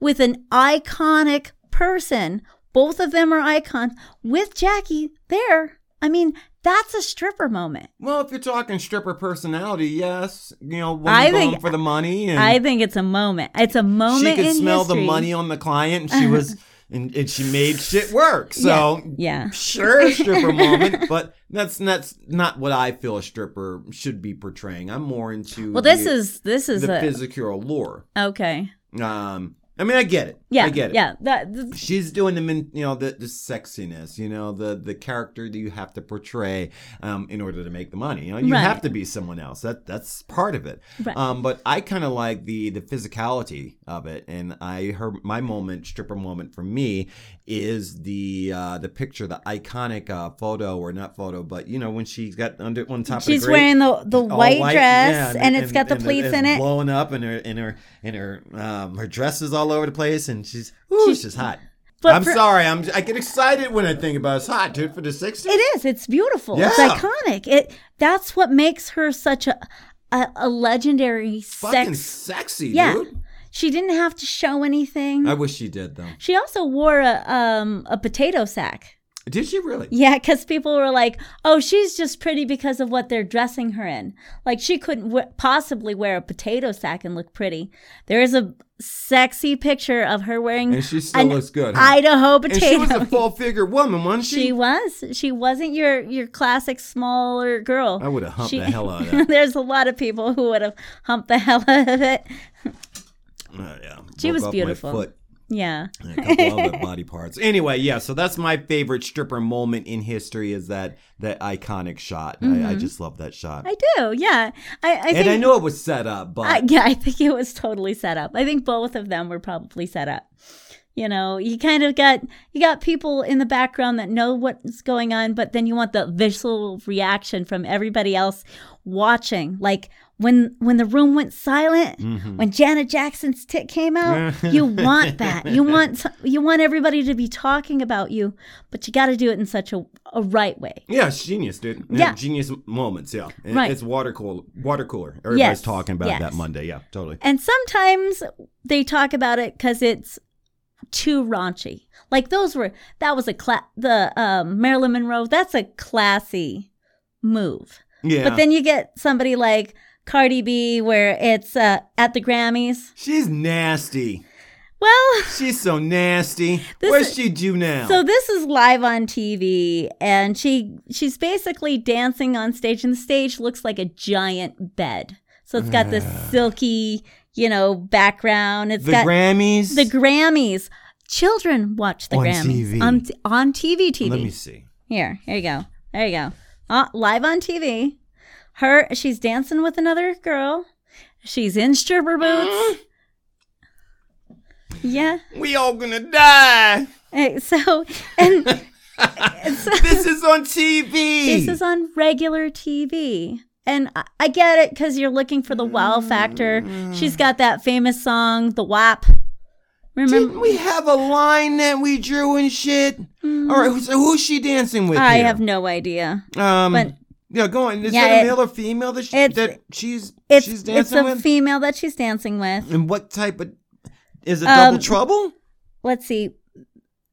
A: with an iconic person. Both of them are icons with Jackie there. I mean, that's a stripper moment.
B: Well, if you're talking stripper personality, yes, you know, one
A: I
B: going
A: think-
B: for the money, and
A: I think it's a moment. It's a moment
B: she could
A: in
B: smell the
A: history.
B: money on the client, and
A: *laughs*
B: she was, and, and she made shit work. So.
A: Yeah.
B: Sure,
A: *laughs*
B: stripper moment, but that's that's not what I feel a stripper should be portraying. I'm more into
A: Well, this
B: the-
A: is this is
B: the
A: a
B: physical allure.
A: okay.
B: Um, I mean, I get it.
A: Yeah.
B: I get it.
A: Yeah. That, th-
B: She's doing the, min- you know, the, the sexiness, you know, the the character that you have to portray um, in order to make the money. You know, you
A: Right.
B: have to be someone else. That that's part of it.
A: Right.
B: Um, but I kind of like the the physicality of it, and I her my moment stripper moment for me is the uh, the picture, the iconic uh, photo or not photo, but you know when she's got under on top. of
A: she's
B: the grate,
A: wearing the the
B: all
A: white, dress
B: yeah,
A: and, it's got the
B: and
A: pleats
B: it's
A: in it.
B: blowing up, and her and her and her um, her dress is all over the place, and she's ooh, she's just hot.
A: But
B: I'm
A: for-
B: sorry, I'm I get excited when I think about it. it's hot, dude, for the '60s.
A: It is. It's beautiful. It's
B: Yeah.
A: iconic. It that's what makes her such a a, a legendary
B: Fucking
A: sex.
B: sexy,
A: Yeah.
B: dude.
A: She didn't have to show anything.
B: I wish she did though.
A: she also wore a um a potato sack.
B: Did she really?
A: Yeah, because people were like, "Oh, she's just pretty because of what they're dressing her in." Like she couldn't w- possibly wear a potato sack and look pretty. There is a sexy picture of her wearing
B: And she still
A: An
B: looks good. huh?
A: Idaho
B: and
A: potato.
B: she was a full figure woman, wasn't she?
A: *laughs* She was. She wasn't your your classic smaller girl.
B: I would have humped
A: She-
B: the hell out of
A: *laughs*
B: that.
A: There's a lot of people who would have humped the *laughs* hell out of it.
B: Oh, yeah.
A: She
B: Broke
A: was
B: off my
A: beautiful. *laughs*
B: foot
A: Yeah.
B: and a couple other body parts. Anyway, yeah. So that's my favorite stripper moment in history is that that iconic shot. I, I
A: Mhm.
B: just love that shot.
A: I do. Yeah. I, I think
B: and I know it was set up, but
A: I, *laughs* yeah, I think it was totally set up. I think both of them were probably set up. You know, you kind of got you got people in the background that know what's going on, but then you want the visual reaction from everybody else watching. Like when when the room went silent,
B: Mhm.
A: when Janet Jackson's tit came out, you want that. You want s- you want everybody to be talking about you, but you got to do it in such a, a right way.
B: Yeah, it's genius, dude.
A: Yeah.
B: genius moments. Yeah, It-
A: Right.
B: It's water cooler. Water cooler. Everybody's
A: Yes,
B: talking about that
A: yes.
B: Monday. Yeah, totally.
A: And sometimes they talk about it because it's too raunchy. Like those were that was a cla- the um, Marilyn Monroe. That's a classy move.
B: Yeah,
A: But then you get somebody like Cardi B, where it's uh, at the Grammys.
B: she's nasty.
A: Well.
B: She's so nasty.
A: This
B: Where's
A: is-
B: she do now?
A: So this is live on TV, and she she's basically dancing on stage, and the stage looks like a giant bed. So it's got this silky, you know, background. It's
B: the
A: got
B: Grammys.
A: the Grammys. Children watch the
B: On
A: Grammys
B: TV.
A: on t- on TV. TV.
B: Let me see.
A: Here, here you go. There you go. Uh, live on TV. Her, she's dancing with another girl. She's in stripper boots.
B: *gasps*
A: yeah.
B: We all gonna die.
A: Eh, So
B: *laughs*
A: and
B: this is on TV.
A: This is on regular TV. And I- I get it because you're looking for the wow factor. She's got that famous song, The WAP.
B: Didn't
A: Remember?
B: we have a line that we drew and shit? All right, so who's she dancing with?
A: Mm. I
B: here?
A: have no idea.
B: Um,
A: but-
B: yeah, go on. Is
A: Yeah,
B: that a
A: it-
B: male or female that, she,
A: it's-
B: that she's
A: It's,
B: she's
A: it's
B: dancing
A: a
B: with?
A: female that she's dancing with.
B: and what type of is it?
A: Um,
B: double trouble?
A: Let's see.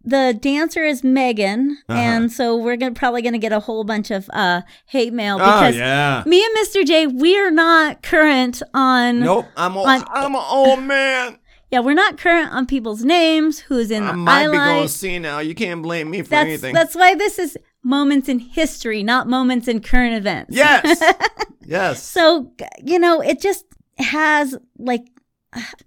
A: The dancer is Megan.
B: Uh-huh.
A: And so we're gonna, probably going to get a whole bunch of uh, hate mail because
B: Oh, Ah, yeah.
A: me and Mr. J, we are not current on.
B: Nope, I'm a,
A: on-
B: I'm an old man.
A: Yeah, we're not current on people's names, who's in
B: I
A: the
B: might be
A: eye
B: going
A: line.
B: to see now. You can't blame me for
A: That's
B: anything.
A: that's why this is moments in history, not moments in current events. *laughs*
B: yes, yes.
A: So g- you know, it just has like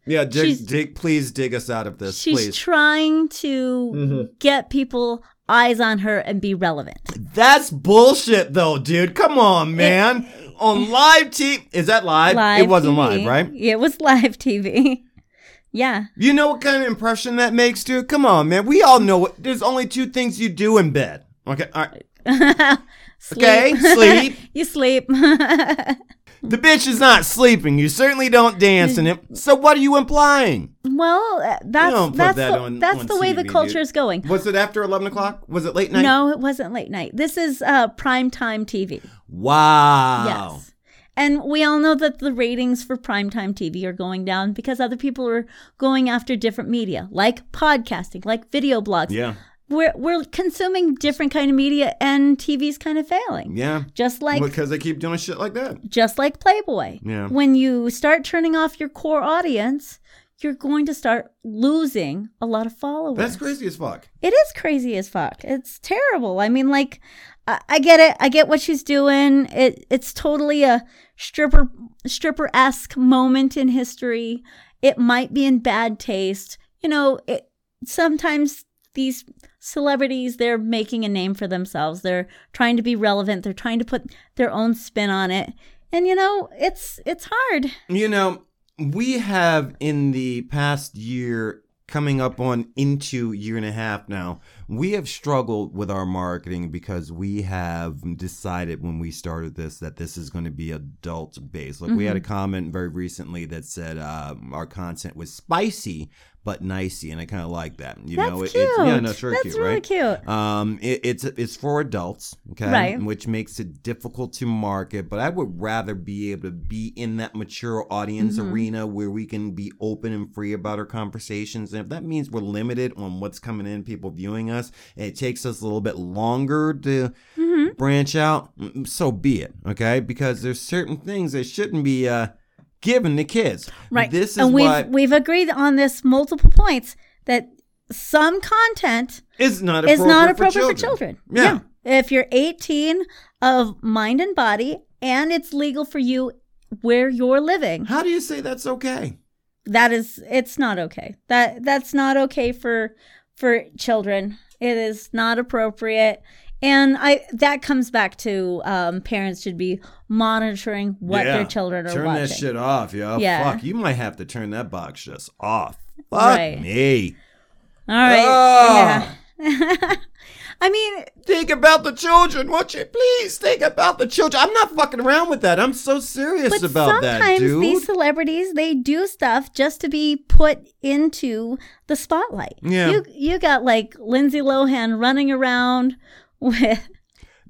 B: yeah, dig,
A: she's-
B: dig, please dig us out of this,
A: she's
B: please. Mm-hmm.
A: trying to get people eyes on her and be relevant.
B: That's bullshit, though, dude. Come on, man. on live TV, is that live?
A: Live
B: it wasn't
A: TV.
B: live, right?
A: It was *laughs* live TV. yeah. *laughs*
B: You know what kind of impression that makes, dude? Come on, man. We all know it. There's only two things you do in bed. Okay, all right.
A: Sleep.
B: Okay, sleep.
A: *laughs* you sleep.
B: The bitch is not sleeping. You certainly don't dance in it. So what are you implying?
A: well, uh, that's
B: don't put
A: that's
B: that
A: the,
B: on-
A: that's
B: on
A: the way the
B: TV,
A: culture
B: dude.
A: is going.
B: Was it after 11 o'clock? Was it late night?
A: No, it wasn't late night. This is uh, prime time TV.
B: Wow.
A: Yes. And we all know that the ratings for primetime TV are going down because other people are going after different media, like podcasting, like video blogs.
B: Yeah.
A: We're we're consuming different kind of media and TV's kind of failing.
B: Yeah.
A: Just like
B: because they keep doing shit like that.
A: just like Playboy.
B: Yeah.
A: When you start turning off your core audience, you're going to start losing a lot of followers.
B: That's crazy as fuck.
A: It is crazy as fuck. It's terrible. I mean, like, I, I get it. I get what she's doing. It it's totally a stripper stripper esque moment in history. It might be in bad taste. You know, it sometimes these celebrities they're making a name for themselves. They're trying to be relevant. They're trying to put their own spin on it. And you know, it's it's hard.
B: You know, we have in the past year, coming up on into year and a half now, we have struggled with our marketing because we have decided when we started this that this is going to be
A: Mm-hmm.
B: um, adult based. Like we had a comment very recently that said uh, our content was spicy, but nicey, and I kind of like that. You
A: That's
B: know, it-
A: cute.
B: it's yeah, no, sure,
A: That's
B: cute,
A: really
B: right?
A: cute.
B: Um, it, it's it's for adults, okay,
A: Right.
B: which makes it difficult to market. But I would rather be able to be in that mature audience
A: Mhm.
B: arena where we can be open and free about our conversations. And if that means we're limited on what's coming in, people viewing us, and it takes us a little bit longer to
A: hmm
B: branch out, mm, so be it, okay? Because there's certain things that shouldn't be uh given to kids.
A: Right.
B: This is
A: and we've
B: why
A: we've agreed on this multiple points that some content
B: it's not
A: is
B: appropriate
A: not
B: for
A: appropriate
B: children.
A: for children.
B: Yeah.
A: If you're 18 of mind and body and it's legal for you where you're living,
B: How do you say that's okay?
A: that is it's not okay. That that's not okay for for children. It is not appropriate. And I that comes back to um, parents should be monitoring what
B: Yeah.
A: their children are
B: Turn
A: watching.
B: that shit off, yo.
A: Yeah.
B: Fuck, you might have to turn that box just off. Fuck
A: Right.
B: me.
A: All right.
B: Ah.
A: Yeah. *laughs* I mean,
B: Think about the children, won't you? Please think about the children. I'm not fucking around with that. I'm so serious
A: but
B: about
A: sometimes
B: that, dude.
A: these celebrities they do stuff just to be put into the spotlight.
B: Yeah.
A: You you got like Lindsay Lohan running around *laughs* with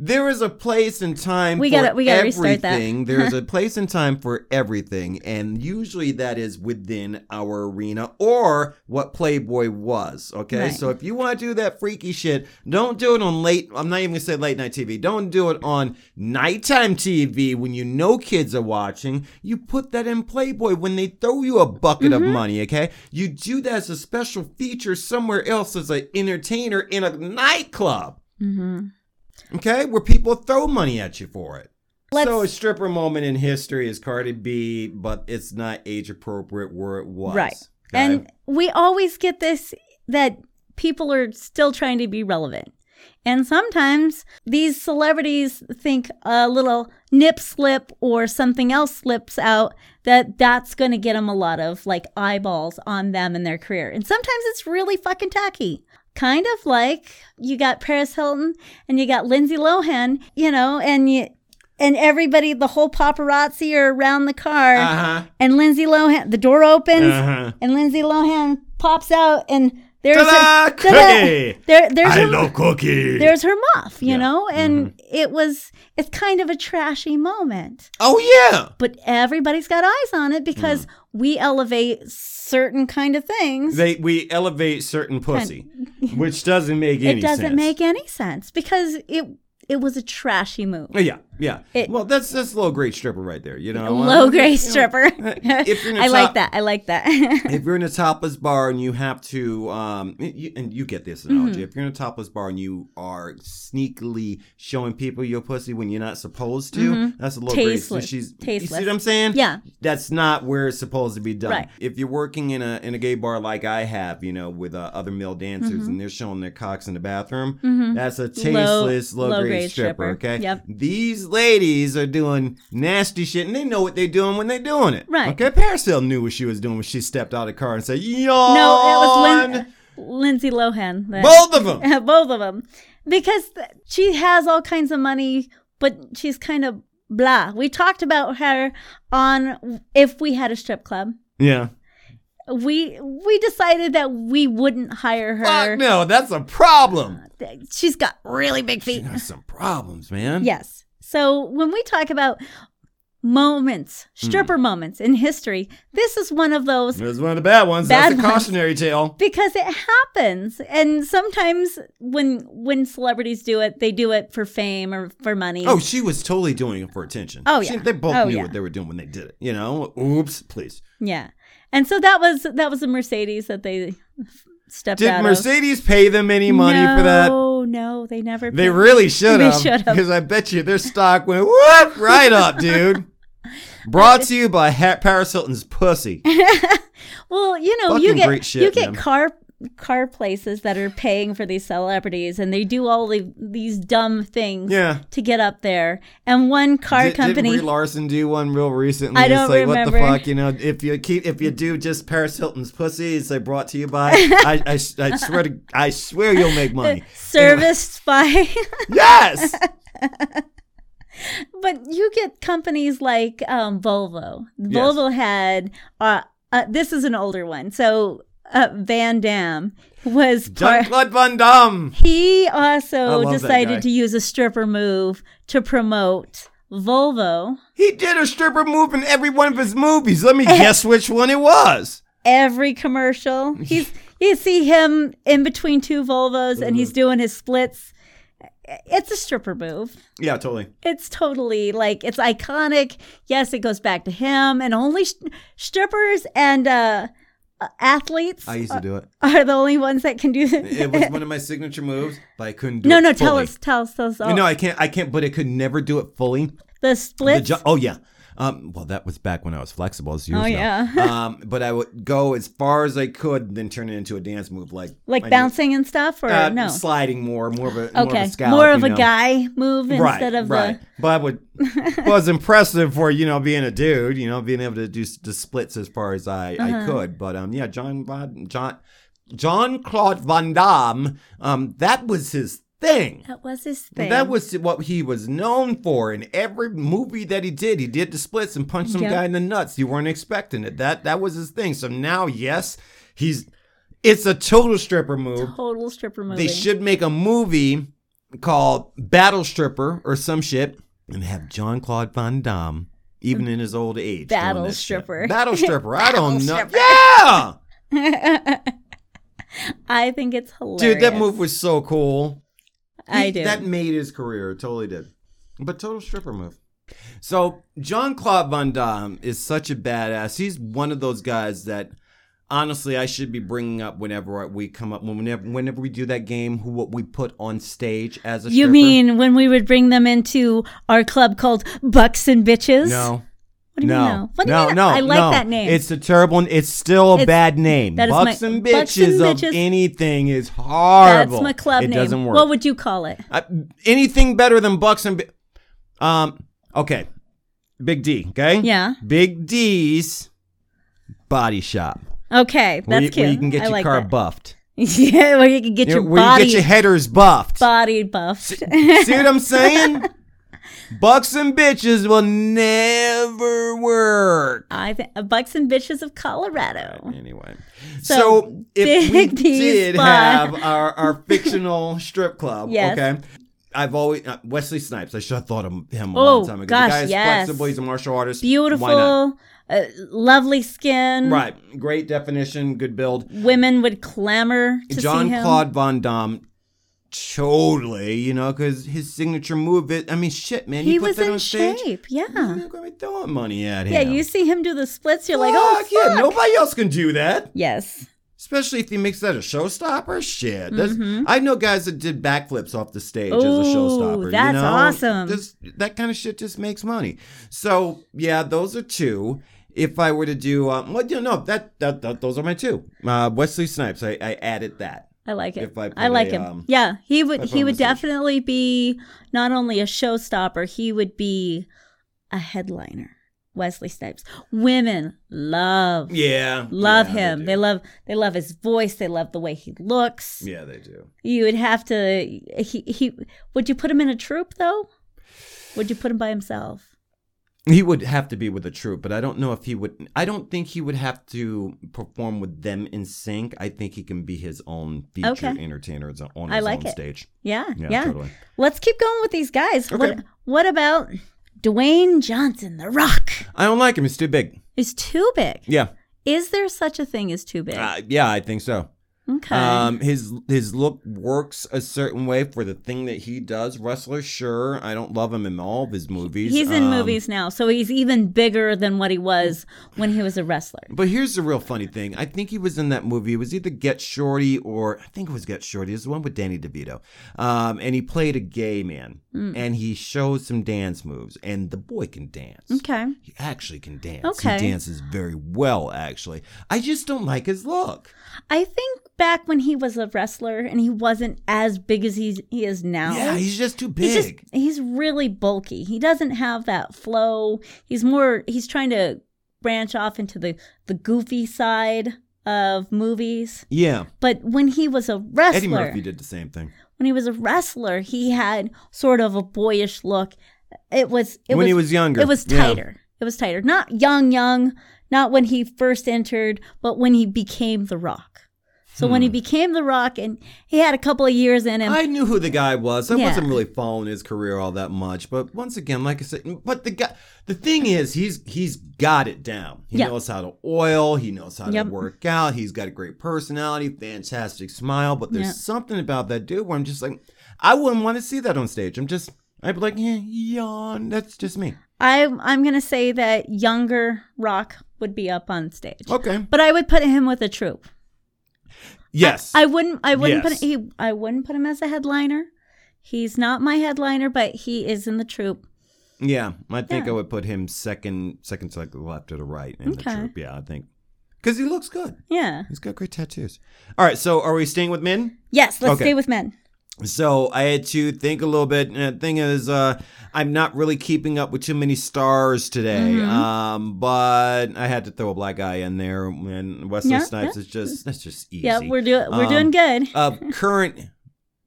B: There is a place and time
A: We
B: for
A: gotta- we gotta restart that. *laughs*
B: everything. there is a place and time for everything, and usually that is within our arena or what Playboy was. Okay,
A: Right.
B: so if you want to do that freaky shit, don't do it on late. I'm not even gonna say late night TV. Don't do it on nighttime TV when you know kids are watching. You put that in Playboy when they throw you a bucket of
A: Mm-hmm.
B: money. Okay, you do that as a special feature somewhere else as an entertainer in a nightclub okay, where people throw money at you for it.
A: Let's-
B: so a stripper moment in history is Cardi B, but it's not age appropriate where it was.
A: Right.
B: okay?
A: And we always get this that people are still trying to be relevant. And sometimes these celebrities think a little nip slip or something else slips out that that's going to get them a lot of like eyeballs on them and their career. And sometimes it's really fucking tacky. Kind of like you got Paris Hilton and you got Lindsay Lohan, you know, and you and everybody the whole paparazzi are around the car
B: uh-huh.
A: and Lindsay Lohan the door opens
B: Uh-huh.
A: and Lindsay Lohan pops out, and there's her,
B: Ta-da,
A: ta-da!
B: cookie!
A: there, there's
B: I
A: her,
B: love cookie.
A: there's her muff, you
B: Yeah. Mm-hmm.
A: know, and it was it's kind of a trashy moment,
B: oh yeah.
A: but everybody's got eyes on it because we elevate certain kind of things.
B: Hmm. They we elevate certain
A: *laughs*
B: pussy, which doesn't make
A: it
B: any
A: doesn't
B: sense.
A: make any sense because it it was a trashy move,
B: Oh, yeah, yeah.
A: It-
B: well, that's that's low grade stripper right there. You know, Uh,
A: low grade
B: you know,
A: stripper.
B: *laughs* if you're in
A: *laughs*
B: a
A: I like
B: top-
A: that. I like that.
B: if you're in a topless bar and you have to, um, you, and you get this analogy,
A: Mm-hmm.
B: if you're in a topless bar and you are sneakily showing people your pussy when you're not supposed to, that's a low grade. So
A: Mm-hmm. Tasteless.
B: she's, You
A: Tasteless.
B: see what I'm saying?
A: Yeah.
B: That's not where it's supposed to be done.
A: Right.
B: If you're working in a in a gay bar like I have, you know, with uh, other male dancers
A: Mm-hmm.
B: and they're showing their cocks in the bathroom, that's a tasteless low, grade,
A: low-grade
B: stripper.
A: stripper.
B: Okay.
A: Yep.
B: These ladies are doing nasty shit and they know what they're doing when they're doing it.
A: Right.
B: Okay. Paracel knew what she was doing when she stepped out of the car and said, "Yawn."
A: no, it was Lin- Lindsay Lohan. that-
B: both of
A: *laughs*
B: them.
A: both of them because th- she has all kinds of money but she's kind of blah we talked about her on if we had a strip club
B: Yeah.
A: we we decided that we wouldn't hire her
B: Fuck no, that's a problem.
A: she's got really big
B: She
A: feet
B: got some problems,
A: *laughs*
B: man.
A: yes so when we talk about moments
B: Hmm.
A: stripper moments in history this is one of those
B: It was one of the bad ones.
A: Bad
B: that's a
A: ones.
B: cautionary tale.
A: because it happens and sometimes when when celebrities do it they do it for fame or for money
B: Oh, she was totally doing it for attention.
A: Oh,
B: She-
A: yeah.
B: they both
A: Oh,
B: knew
A: yeah.
B: what they were doing when they did it. You know, oops, please.
A: Yeah. And so that was that was a Mercedes that they stepped
B: Did
A: out of.
B: Mercedes pay them any money for that?
A: No, no, they never
B: They
A: paid.
B: really should
A: *laughs* They
B: have.
A: should've.
B: Because I bet you their stock went whoop right
A: *laughs*
B: up, dude. Brought to you by ha- Paris
A: *laughs*
B: Hilton's pussy.
A: Well, you know, you
B: Fucking
A: get
B: great shit,
A: you get
B: man.
A: car car places that are paying for these celebrities and they do all the, these dumb things
B: Yeah.
A: to get up there. And one car
B: Did,
A: company
B: did Brie Larson do one real recently?
A: I don't
B: it's like what the
A: remember.
B: fuck, you know. If you keep, if you do just Paris Hilton's pussy, it's like brought to you
A: *laughs*
B: by. I, I, I swear to, I swear you'll make money.
A: serviced *laughs* by *laughs*
B: Yes.
A: but you get companies like um, Volvo.
B: Yes.
A: Volvo had uh, uh, this is an older one, so uh, Van Damme was part.
B: Jean-Claude Van Damme.
A: He
B: I
A: also
B: love that guy.
A: decided to use a stripper move to promote Volvo.
B: He did a stripper move in every one of his
A: *laughs*
B: movies. Let me guess which one it was.
A: Every
B: *laughs*
A: commercial, he's you see him in between two Volvos, and
B: Mm-hmm.
A: he's doing his splits. It's a stripper move.
B: Yeah, totally.
A: It's totally like it's iconic. Yes, it goes back to him, and only sh- strippers and uh, uh, athletes
B: I used to do it.
A: are the only ones that
B: *laughs*
A: can do *laughs*
B: It was one of my signature moves, but I couldn't do
A: no,
B: it.
A: no, tell
B: fully.
A: us, tell us, tell us. All.
B: No, I can't. I can't. But I could never do it fully.
A: the
B: The
A: splits.
B: ju- oh yeah. Um, well, that was back when I was flexible. As years
A: Oh,
B: ago.
A: yeah. *laughs*
B: um, but I would go as far as I could, then turn it into a dance move, like
A: like
B: I knew-
A: bouncing and stuff, or
B: uh,
A: no?
B: sliding more, more of a more of
A: Okay,
B: a, scallop,
A: more of
B: you
A: a
B: know?
A: guy move instead of
B: right. But I would was impressive for you know being a dude, you know being able to do s- the splits as far as I,
A: Uh-huh.
B: I could. But um, yeah, John Von John John Claude Van Damme, um, that was his thing.
A: the. That was his thing.
B: That was what he was known for in every movie that he did. He did the splits and punched some
A: Yep.
B: guy in the nuts. You weren't expecting it. That that was his thing. So now, yes, he's it's a total stripper move.
A: total stripper movie.
B: They should make a movie called Battle Stripper or some shit and have John Claude Van Damme, even in his old age. doing
A: Battle
B: this shit.
A: Stripper. *laughs*
B: Battle Stripper. I don't know. Yeah!
A: I think it's hilarious,
B: Dude, that move was so cool.
A: I
B: He-
A: do.
B: That made his career. It Totally did. But total stripper move. So, John Claude Van Damme is such a badass. He's one of those guys that. Honestly, I should be bringing up whenever we come up, whenever whenever we do that game, who what we put on stage as a
A: you
B: stripper.
A: mean when we would bring them into our club called Bucks and Bitches?
B: No.
A: What do you
B: no,
A: mean no? What do you
B: no,
A: mean
B: no,
A: I like
B: no.
A: that name.
B: It's a terrible. It's still a
A: It's-
B: bad name.
A: that is
B: Bucks
A: my-
B: and bitches
A: Bucks and
B: of
A: Bitches.
B: anything is
A: That's
B: horrible.
A: my club
B: it
A: name.
B: doesn't work.
A: What would you call it?
B: I- anything better than bucks and bi- um. Okay, Big D. Okay.
A: Yeah.
B: Big D's body shop.
A: Okay, that's
B: Where you,
A: cute.
B: where you can get
A: I
B: your
A: like
B: car
A: that.
B: buffed.
A: *laughs* yeah, where you can get
B: You know,
A: your
B: where
A: body
B: you get your headers
A: *laughs*
B: buffed.
A: body buffed.
B: See what
A: *laughs*
B: I'm saying? bucks and bitches will never work.
A: I think Bucks and Bitches of Colorado.
B: Anyway, so,
A: So, *laughs*
B: if we
A: Big D's
B: did
A: Bar.
B: have our, our fictional strip club,
A: Yes.
B: okay. I've always uh, Wesley Snipes. I should have thought of him a
A: Oh,
B: long time ago.
A: gosh,
B: the guy is
A: yes.
B: flexible. He's a martial artist. Why not?
A: Beautiful, uh, lovely skin.
B: Right. Great definition. Good build.
A: Women would clamor to
B: John
A: see him.
B: Claude Van Damme. Totally, you know, because his signature move. It. I mean, shit, man.
A: he
B: you put
A: was
B: that
A: in
B: on stage.
A: shape. Yeah.
B: You're gonna be throwing money at him.
A: Yeah, you see him do the splits, you're like, oh,
B: Fuck, yeah. Nobody else can do that.
A: yes.
B: Especially if he makes that a showstopper, shit. That's- I know guys that did backflips off the stage as a
A: Mm-hmm. Ooh,
B: showstopper. you
A: that's
B: know?
A: awesome.
B: This- that kind of shit just makes money. So yeah, those are two. If I were to do, um, well, you know, that, that, that those are my two. Uh, Wesley Snipes, I, I added that.
A: I like it.
B: If I put
A: I like
B: a,
A: him.
B: um,
A: yeah, he would
B: if I put
A: he
B: him
A: would
B: on stage.
A: definitely be not only a showstopper, he would be a headliner. Wesley Snipes. Women love
B: Yeah,
A: love
B: yeah,
A: him. They,
B: do.
A: love they love his voice, they love the way he looks.
B: yeah, they do.
A: You would have to he he would you put him in a troupe though? Would you put him by himself?
B: He would have to be with a troupe, but I don't know if he would. I don't think he would have to perform with them in sync. I think he can be his own featured
A: Okay.
B: entertainer on his
A: I like
B: own
A: it.
B: stage.
A: Yeah,
B: Yeah,
A: yeah.
B: totally.
A: Let's keep going with these guys. What
B: Okay.
A: what about Dwayne Johnson, The Rock?
B: I don't like him. He's too big.
A: Is too big.
B: Yeah.
A: Is there such a thing as too big?
B: Uh, yeah, I think so.
A: okay.
B: Um, his his look works a certain way for the thing that he does. Wrestler, sure. I don't love him in all of his movies.
A: he's, in
B: Um,
A: movies now, so he's even bigger than what he was when he was a wrestler.
B: But here's the real funny thing. I think he was in that movie. It was either Get Shorty or I think it was Get Shorty. It was the one with Danny DeVito. Um, and he played a gay man,
A: Mm.
B: and he shows some dance moves, and the boy can dance.
A: Okay.
B: He actually can dance.
A: Okay.
B: He dances very well, actually. I just don't like his look.
A: I think back when he was a wrestler and he wasn't as big as he's, he is now.
B: Yeah, he's just too big.
A: He's just he's really bulky. He doesn't have that flow. He's more he's trying to branch off into the the goofy side of movies.
B: yeah.
A: But when he was a
B: Eddie
A: wrestler,
B: Murphy did the same thing.
A: when he was a wrestler, he had sort of a boyish look. It was it
B: when
A: was,
B: he was younger.
A: it was
B: yeah.
A: tighter. It It was tighter. Not young, young, not when he first entered, but when he became The Rock. So when he
B: Hmm.
A: became The Rock and he had a couple of years in him,
B: I knew who the guy was. I
A: Yeah.
B: wasn't really following his career all that much, but once again, like I said, but the guy, the thing is, he's he's got it down. He
A: Yeah.
B: knows how to oil. He knows how
A: Yep.
B: to work out. He's got a great personality, fantastic smile. But there's
A: Yeah.
B: something about that dude where I'm just like, I wouldn't want to see that on stage. I'm just, I'd be like, yeah, yawn. That's just me.
A: I, I'm going to say that younger Rock would be up on stage.
B: Okay.
A: But I would put him with a troupe.
B: Yes.
A: I wouldn't. I wouldn't
B: Yes.
A: put. He. I wouldn't put him as a headliner. He's not my headliner, but he is in the troupe.
B: Yeah, I think
A: Yeah.
B: I would put him second, second to like the left or the right in
A: Okay.
B: the troop. Yeah, I think because he looks good.
A: Yeah.
B: He's got great tattoos. All right, so are we staying with men?
A: Yes. Let's
B: Okay.
A: stay with men.
B: So I had to think a little bit. And the thing is, uh, I'm not really keeping up with too many stars today.
A: Mhm.
B: Um, but I had to throw a black guy in there, and Wesley
A: Yeah,
B: Snipes is just that's just easy.
A: Yeah, we're doing. We're
B: Um,
A: doing good.
B: of current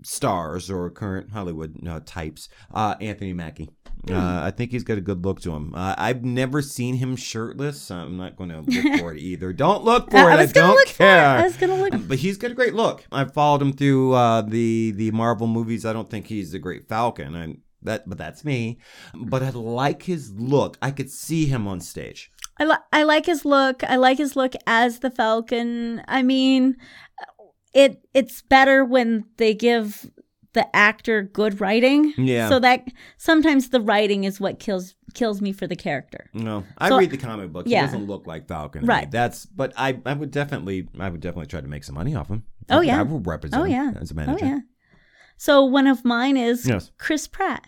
B: stars or current Hollywood uh, types, uh, Anthony Mackie. Uh,
A: Hmm.
B: I think he's got a good look to him. Uh, I've never seen him shirtless. So I'm not going to
A: *laughs*
B: look for it either. Don't look for
A: I-
B: it.
A: I
B: I,
A: was gonna
B: don't
A: look for it.
B: care.
A: I was gonna look.
B: But he's got a great look. I followed him through uh, the the Marvel movies. I don't think he's the Great Falcon, and that but that's me. But I like his look. I could see him on stage.
A: I, li- I like his look. I like his look as the Falcon. I mean, uh, it it's better when they give the actor good writing.
B: Yeah.
A: So that sometimes the writing is what kills kills me for the character.
B: No, I
A: So-
B: read the comic books.
A: Yeah.
B: He doesn't look like Falcon. to me.
A: Right.
B: That's but I I would definitely I would definitely try to make some money off him.
A: Oh,
B: I would-
A: yeah.
B: I would represent.
A: Oh, yeah.
B: him as a
A: Oh
B: manager.
A: yeah. So one of mine is
B: Yes.
A: Chris Pratt,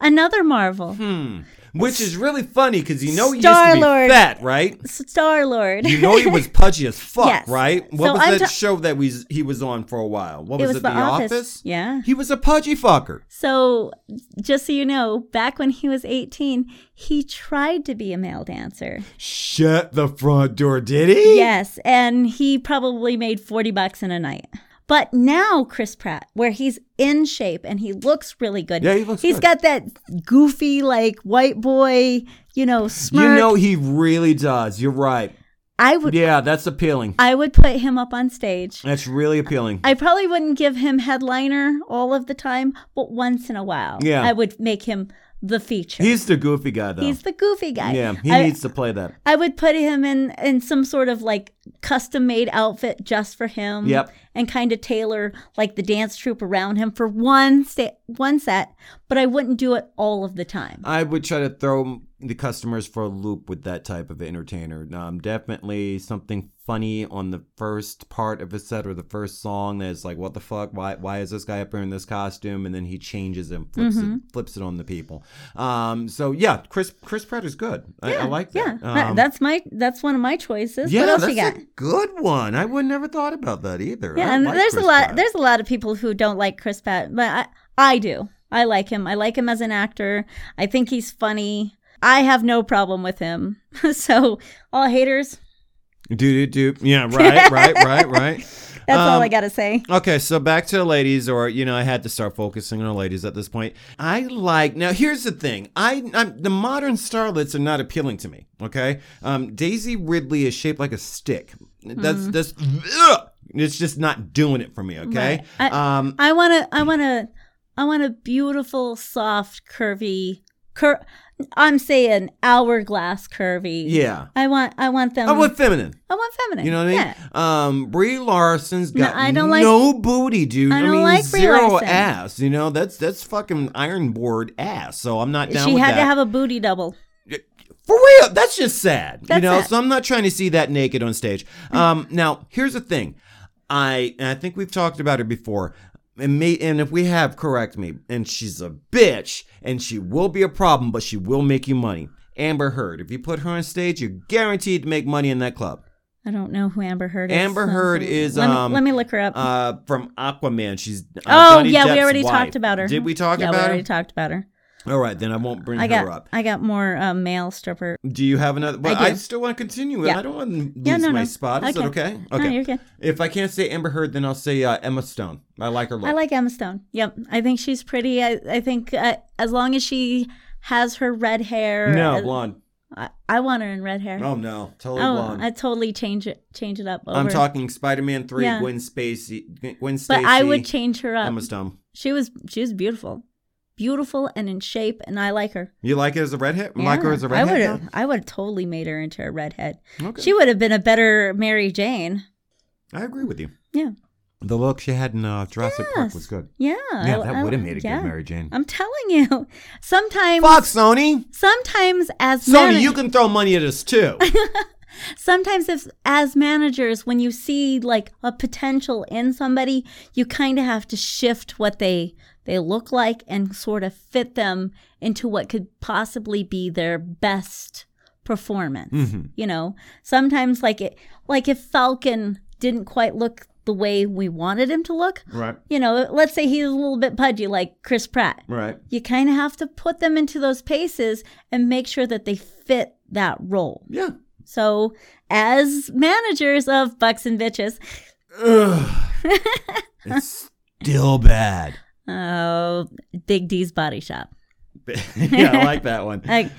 A: another Marvel
B: Hmm. Which is really funny because you know he used to be
A: Star-Lord.
B: fat, right?
A: Star Lord.
B: You know he was pudgy as fuck,
A: Yes.
B: right? What
A: So
B: was
A: I'm
B: that
A: ta-
B: show that we he was on for a while? What was it? the, office?
A: Yeah.
B: He was a pudgy fucker.
A: So, just so you know, back when he was 18, he tried to be a male dancer.
B: Shut the front door, did he?
A: Yes, and he probably made 40 bucks in a night. But now Chris Pratt, where he's in shape and he looks really good.
B: Yeah, he looks
A: He's
B: good.
A: got that goofy like white boy, you know, smirk.
B: You know he really does. You're right.
A: I would
B: Yeah, that's appealing.
A: I would put him up on stage.
B: That's really appealing.
A: I probably wouldn't give him headliner all of the time, but once in a while,
B: Yeah.
A: I would make him the feature.
B: He's the goofy guy though.
A: He's the goofy guy.
B: Yeah, he
A: I,
B: needs to play that.
A: I would put him in in some sort of like custom made outfit just for him.
B: Yep.
A: And kind of tailor like the dance troupe around him for one sta- one set, but I wouldn't do it all of the time.
B: I would try to throw the customers for a loop with that type of entertainer. Um, definitely something funny on the first part of a set or the first song that's like, what the fuck? Why, why is this guy up here in this costume? And then he changes and flips, it,
A: Mm-hmm.
B: flips it on the people. Um, so yeah, Chris Chris Pratt is good. I, I like
A: yeah,
B: that.
A: that-
B: Um,
A: that's my that's one of my choices.
B: yeah,
A: what else
B: that's
A: you got?
B: a good one. I would never thought about that either.
A: Yeah,
B: I
A: and
B: like
A: there's
B: Chris
A: a lot
B: Pratt.
A: there's a lot of people who don't like Chris Pratt, but I I do. I like him. I like him as an actor. I think he's funny. I have no problem with him. *laughs* so all haters,
B: do do do. Yeah, right, right, right,
A: *laughs*
B: right.
A: that's all
B: Um,
A: I gotta say.
B: Okay, so back to the ladies, or you know, I had to start focusing on the ladies at this point. I like now. Here's the thing: I I'm, the modern starlets are not appealing to me. Okay, um, Daisy Ridley is shaped like a stick. That's
A: Mm-hmm.
B: that's ugh, it's just not doing it for me. Okay,
A: Right.
B: um,
A: I want to. I want to. I want a beautiful, soft, curvy. Cur- I'm saying hourglass curvy.
B: yeah,
A: I want. I want them.
B: I want feminine.
A: I want feminine.
B: You know what I mean?
A: um, Yeah.
B: Um, Brie Larson's
A: No,
B: got no,
A: I don't like-
B: booty, dude.
A: I don't
B: mean,
A: like Brie
B: zero
A: Larson.
B: ass. You know, that's that's fucking ironboard ass. So I'm not down
A: She
B: with
A: had
B: that.
A: to have a booty double.
B: For real, that's just sad. you
A: That's
B: know,
A: sad. Mm.
B: so I'm not trying to see that naked on stage. Um, now here's the thing, I and I think we've talked about it before. And me, and if we have, correct me. And she's a bitch, and she will be a problem, but she will make you money. Amber Heard. If you put her on stage, you're guaranteed to make money in that club.
A: I don't know who Amber Heard is.
B: Amber Heard is,
A: Let,
B: um,
A: me, let me look her up.
B: Uh, from Aquaman, she's uh,
A: oh
B: Johnny
A: yeah, we
B: Depp's
A: already
B: wife.
A: talked about her.
B: Did we talk
A: yeah, we
B: about
A: already
B: her?
A: talked about her.
B: All right, then I won't bring
A: I
B: her
A: got.
B: up.
A: I got more uh, male stripper.
B: Do you have another? But
A: do.
B: I, still want to continue.
A: Yeah.
B: I don't want to lose
A: Yeah, no,
B: my
A: no.
B: spot. Is that
A: Okay.
B: okay?
A: No, you're good.
B: If I can't say Amber Heard, then I'll say uh, Emma Stone. I like her look.
A: I like Emma Stone. Yep, I think she's pretty. I, I think uh, as long as she has her red hair.
B: no
A: uh,
B: blonde.
A: I, I want her in red hair.
B: Oh no, totally
A: Oh,
B: blonde.
A: I totally change it, change it up. Over.
B: I'm talking Spider-Man three,
A: Yeah.
B: Gwen Spacey, Gwen Stacy,
A: but I would change her up.
B: Emma Stone.
A: She was she was beautiful, beautiful and in shape, and I like her.
B: You like it as a redhead? Like her
A: Yeah.
B: as a
A: I would
B: redhead?
A: have I would have totally made her into a redhead.
B: now? Okay.
A: She would have been a better Mary Jane.
B: I agree with you.
A: Yeah.
B: The look she had in uh, Jurassic Park was
A: Yes.
B: good.
A: Yeah,
B: yeah,
A: I-
B: that
A: I-
B: would have made a
A: yeah.
B: good Mary Jane.
A: I'm telling you, *laughs* sometimes
B: Fuck Sony.
A: sometimes as
B: Sony,
A: mana-
B: you can throw money at
A: *laughs*
B: us too.
A: sometimes if, as managers when you see like a potential in somebody you kind of have to shift what they they look like and sort of fit them into what could possibly be their best performance
B: Mhm.
A: you know sometimes like it like if falcon didn't quite look the way we wanted him to look
B: right.
A: you know let's say he's a little bit pudgy like chris pratt
B: Right.
A: you kind of have to put them into those paces and make sure that they fit that role *laughs*
B: Yeah.
A: so, as managers of Bucks and Bitches,
B: Ugh. it's still bad.
A: oh, Big D's Body Shop.
B: *laughs* yeah, I like
A: *laughs*
B: that one.
A: Like,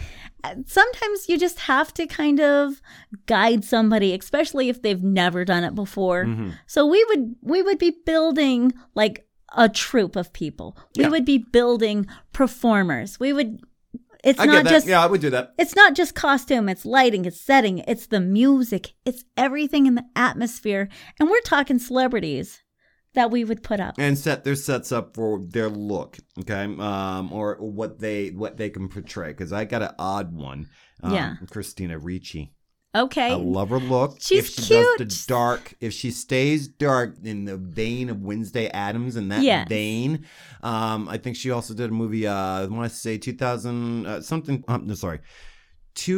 A: sometimes you just have to kind of guide somebody, especially if they've never done it before.
B: Mhm.
A: So we would we would be building like a troop of people. We
B: Yeah.
A: would be building performers. We would. It's
B: I get
A: not
B: that.
A: just
B: yeah, I would do that.
A: It's not just costume, it's lighting, it's setting, it's the music, it's everything in the atmosphere. And we're talking celebrities that we would put up.
B: and set their sets up for their look okay um or what they what they can portray because i got an odd one um,
A: Yeah.
B: christina ricci
A: Okay.
B: i love her look
A: She's
B: if she does
A: cute.
B: the dark if she stays dark in the vein of wednesday adams in that
A: Yes.
B: vein um i think she also did a movie uh i want to say 2000 uh, something um, no sorry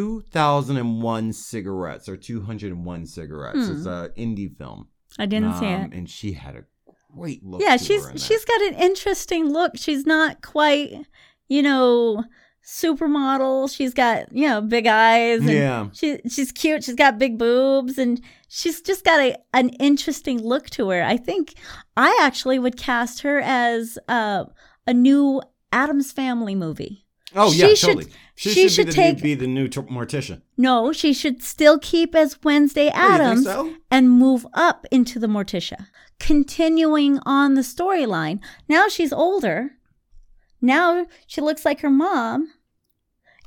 B: 2001 cigarettes or 201 cigarettes
A: Hmm.
B: it's an indie film
A: I didn't see
B: Um,
A: it.
B: and she had a great look
A: Yeah,
B: to
A: she's
B: her in that.
A: she's got an interesting look. She's not quite, you know, supermodel. She's got, you know, big eyes and
B: yeah
A: She she's cute. She's got big boobs, and she's just got a an interesting look to her. I think I actually would cast her as uh, a new Adams Family movie.
B: Oh
A: She
B: yeah,
A: should-
B: totally. She,
A: she should
B: should, be the new,
A: take-
B: be the new t- mortician.
A: No, she should still keep as Wednesday
B: Oh, you think
A: Adams
B: so?
A: and move up into the Morticia, continuing on the storyline. Now she's older. Now she looks like her mom.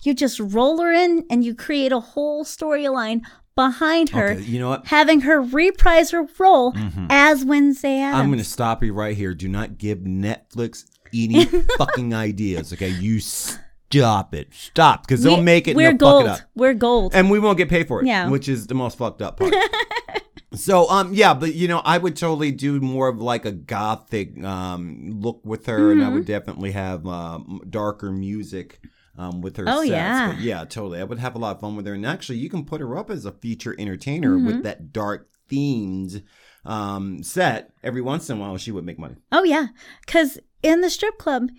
A: You just roll her in, and you create a whole storyline behind her.
B: Okay, you know what?
A: having her reprise her role as Wednesday Adams.
B: I'm going to stop you right here. Do not give Netflix
A: *laughs*
B: any fucking ideas. Okay, you stop it. Stop because they'll
A: We-
B: make it. and
A: We're
B: they'll
A: gold.
B: Fuck it up.
A: We're gold.
B: and we won't get paid for it.
A: Yeah.
B: which is the most fucked
A: *laughs*
B: up part. so um yeah, but you know I would totally do more of like a gothic um look with her, and I
A: Mm-hmm.
B: would definitely have um, darker music. Um, with her
A: Oh,
B: sets.
A: yeah.
B: But yeah, totally. I would have a lot of fun with her. And actually, you can put her up as a feature entertainer
A: Mm-hmm.
B: with that dark themed um, set. Every once in a while, she would make money.
A: oh yeah, because in the strip club,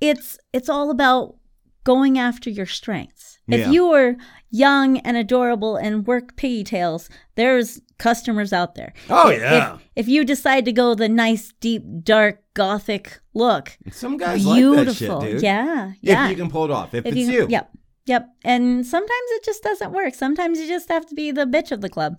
A: it's it's all about going after your strengths.
B: Yeah.
A: If you are young and adorable and work pigtails, there's customers out there.
B: Oh,
A: If- If, if you decide to go the nice, deep, dark, gothic look,
B: Some guys like that
A: beautiful.
B: shit, dude.
A: yeah,
B: If
A: yeah.
B: you can pull it off. If,
A: If
B: it's you.
A: Yep. Yep. And sometimes it just doesn't work. Sometimes you just have to be the bitch of the club.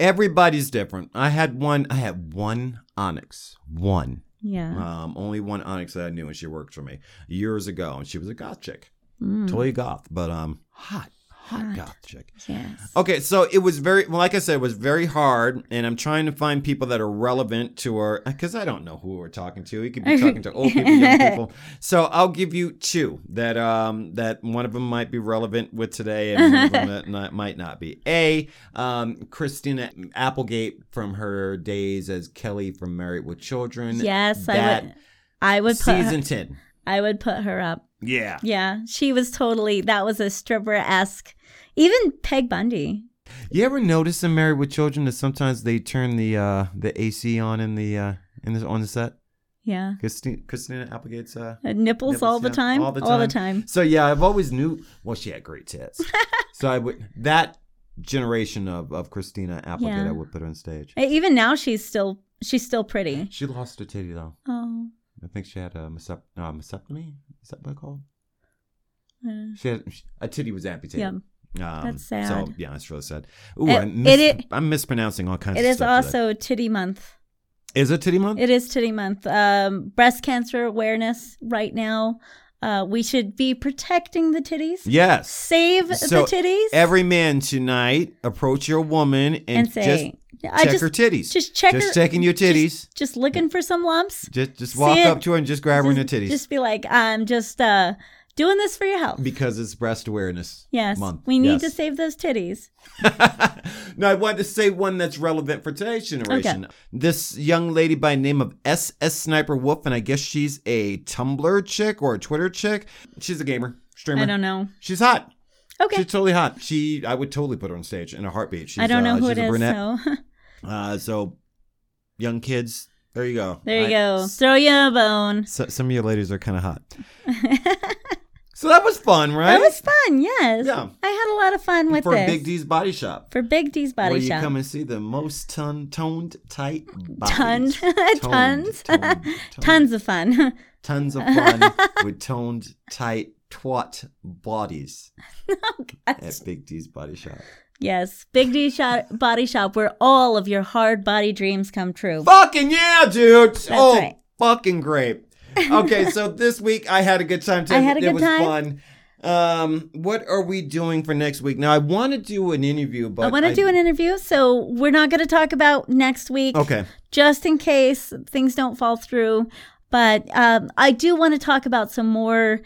B: Everybody's different. I had one. I had one Onyx. One.
A: Yeah.
B: Um, only one Onyx that I knew, and she worked for me years ago, and she was a goth chick,
A: Mm.
B: totally goth, but um, hot, hot,
A: Hot.
B: goth chick.
A: Yes.
B: Okay, so it was very, well, like I said, it was very hard, and I'm trying to find people that are relevant to her because I don't know who we're talking to. We could be talking to old people,
A: *laughs*
B: young people. So I'll give you two that um that one of them might be relevant with today, and one of
A: *laughs*
B: them that not, might not be. A um Christina Applegate from her days as Kelly from Married with Children.
A: Yes, I
B: that
A: would. I would put. Her,
B: season ten.
A: I would put her up.
B: Yeah.
A: Yeah, she was totally. That was a stripper esque. Even Peg Bundy.
B: You ever notice in Married with Children that sometimes they turn the uh the AC on in the uh in the on the set?
A: Yeah.
B: Christina, Christina Applegate's uh
A: Uh, Nipples,
B: nipples,
A: all the
B: yeah,
A: time.
B: all the time.
A: All the time.
B: So yeah, I've always knew. Well, she had
A: *laughs*
B: great tits. so I would that generation of of Christina Applegate,
A: Yeah.
B: I would put on stage.
A: Uh, Even now, she's still. She's still pretty.
B: She lost her titty though.
A: Oh.
B: I think she had a mastectomy. Uh, mastectomy. Is that what it's called?
A: Uh,
B: She had, a titty was amputated.
A: yeah.
B: Um,
A: That's
B: So
A: sad.
B: yeah, that's really sad. Ooh,
A: It-
B: I mis-
A: it i-
B: I'm mispronouncing all kinds.
A: It
B: of
A: is
B: stuff today.
A: also Titty Month.
B: is it titty month?
A: It is Titty Month. Um, breast cancer awareness right now. Uh, we should be protecting the titties.
B: yes.
A: Save
B: So,
A: the titties.
B: Every man tonight, approach your woman and,
A: and say,
B: just check her titties.
A: just check
B: Just
A: her-
B: checking your
A: just-
B: titties.
A: Just, looking for some lumps.
B: Just just
A: See
B: walk
A: it?
B: up to her and just grab her in the
A: Just-
B: titties
A: Just be like, I'm just uh, doing this for your health.
B: because it's breast awareness.
A: yes,
B: month.
A: we need to
B: Yes.
A: save those titties.
B: no, I wanted to say one that's relevant for today's generation. This young lady by name of SS Sniper Wolf, and I guess she's a Tumblr chick or a Twitter chick. She's a gamer streamer.
A: I don't know.
B: She's hot.
A: Okay,
B: She's totally hot. She, I would totally put her on stage in a heartbeat. She's,
A: I don't know
B: uh,
A: who it
B: she's a
A: is.
B: brunette.
A: So *laughs*
B: Uh, so, young kids, there you go.
A: there you
B: I-
A: go. Throw you a bone.
B: So, some of your ladies are kind
A: *laughs*
B: of hot. so that was fun, right?
A: That was fun. Yes.
B: Yeah.
A: I had a lot of fun with
B: for
A: this.
B: Big D's Body Shop.
A: for Big D's body
B: where you
A: shop.
B: come and see the most ton, toned, tight bodies.
A: Ton- *laughs*
B: Toned,
A: tons?
B: toned, toned.
A: Tons of fun. *laughs*
B: Tons of fun with toned, tight, twat
A: *laughs*
B: bodies
A: Oh,
B: at Big D's Body Shop.
A: yes, Big D shop, Body Shop, where all of your hard body dreams come true.
B: Fucking yeah, dude! oh,
A: right.
B: fucking great.
A: *laughs*
B: Okay, so this week I had a good time. Too.
A: I had a
B: it
A: good
B: was
A: time.
B: fun. Um, what are we doing for next week? Now I want to do an interview, but
A: I want to do an interview, so we're not going to talk about next week,
B: Okay,
A: just in case things don't fall through. But um, I do want to talk about some more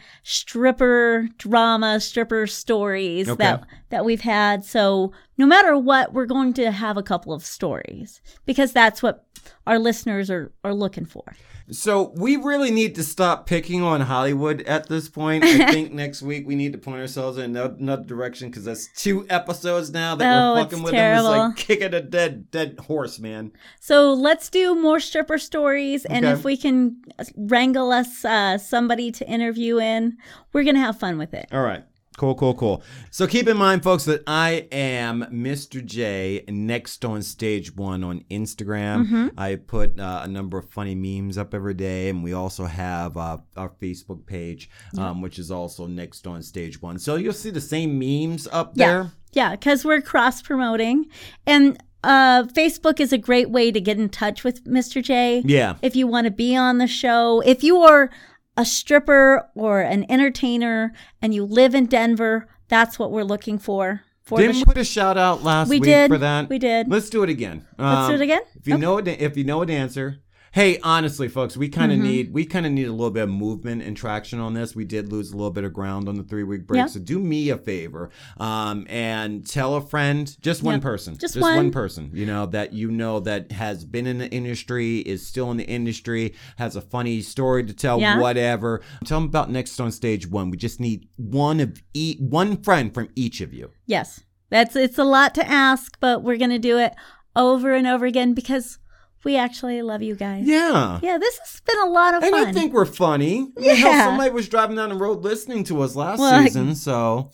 A: stripper drama, stripper stories
B: Okay.
A: that that we've had. So no matter what, we're going to have a couple of stories because that's what our listeners are are looking for.
B: so we really need to stop picking on Hollywood at this point. I
A: *laughs*
B: think next week we need to point ourselves in another, another direction because that's two episodes now that
A: Oh,
B: we're
A: it's
B: fucking with them. It's
A: terrible.
B: like kicking a dead dead horse, man.
A: So let's do more stripper stories, and
B: Okay.
A: if we can wrangle us uh, somebody to interview in, we're gonna have fun with it.
B: All right. Cool, cool, cool. So keep in mind, folks, that I am Mr. J next on stage one on Instagram.
A: Mm-hmm.
B: I put uh, a number of funny memes up every day, and we also have uh, our Facebook page, um, which is also next on stage one. So you'll see the same memes up there.
A: Yeah, because we're cross promoting, and uh, Facebook is a great way to get in touch with Mr. J.
B: Yeah.
A: If you want to be on the show, if you are a stripper or an entertainer and you live in Denver, that's what we're looking for. For the
B: Didn't we
A: sh-
B: put a shout out last
A: We
B: week
A: did.
B: for that?
A: We did.
B: Let's do it again.
A: Let's do
B: Um,
A: it again.
B: If you know a da- if you know a dancer, hey, honestly, folks, we kind of
A: Mm-hmm.
B: need we kind of need a little bit of movement and traction on this. We did lose a little bit of ground on the three week break,
A: Yeah.
B: so do me a favor um, and tell a friend, just one
A: Yeah.
B: person,
A: Just
B: one.
A: one.
B: person, you know that you know that has been in the industry, is still in the industry, has a funny story to tell,
A: Yeah.
B: whatever. Tell them about next on stage one. We just need one of each, one friend from each of you.
A: Yes. That's it's a lot to ask, but we're going to do it over and over again because we actually love you guys.
B: Yeah.
A: Yeah, this has been a lot of
B: And
A: fun.
B: I think we're funny. Yeah. Hell,
A: Yeah.
B: somebody was driving down the road listening to us last
A: Well, I-
B: season, so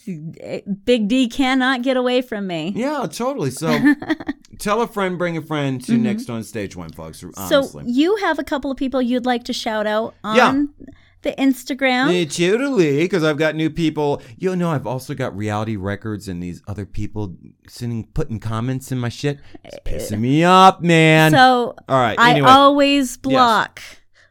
A: Big D cannot get away from me.
B: yeah, totally. So
A: *laughs*
B: tell a friend, bring a friend to next on stage one, folks.
A: Mm-hmm. so
B: Honestly,
A: you have a couple of people you'd like to shout out on
B: Yeah.
A: the Instagram.
B: Yeah, totally, because I've got new people. You know, I've also got reality records and these other people sending putting comments in my shit. It's pissing me up, man.
A: Eh. so
B: All right,
A: I
B: anyway,
A: always block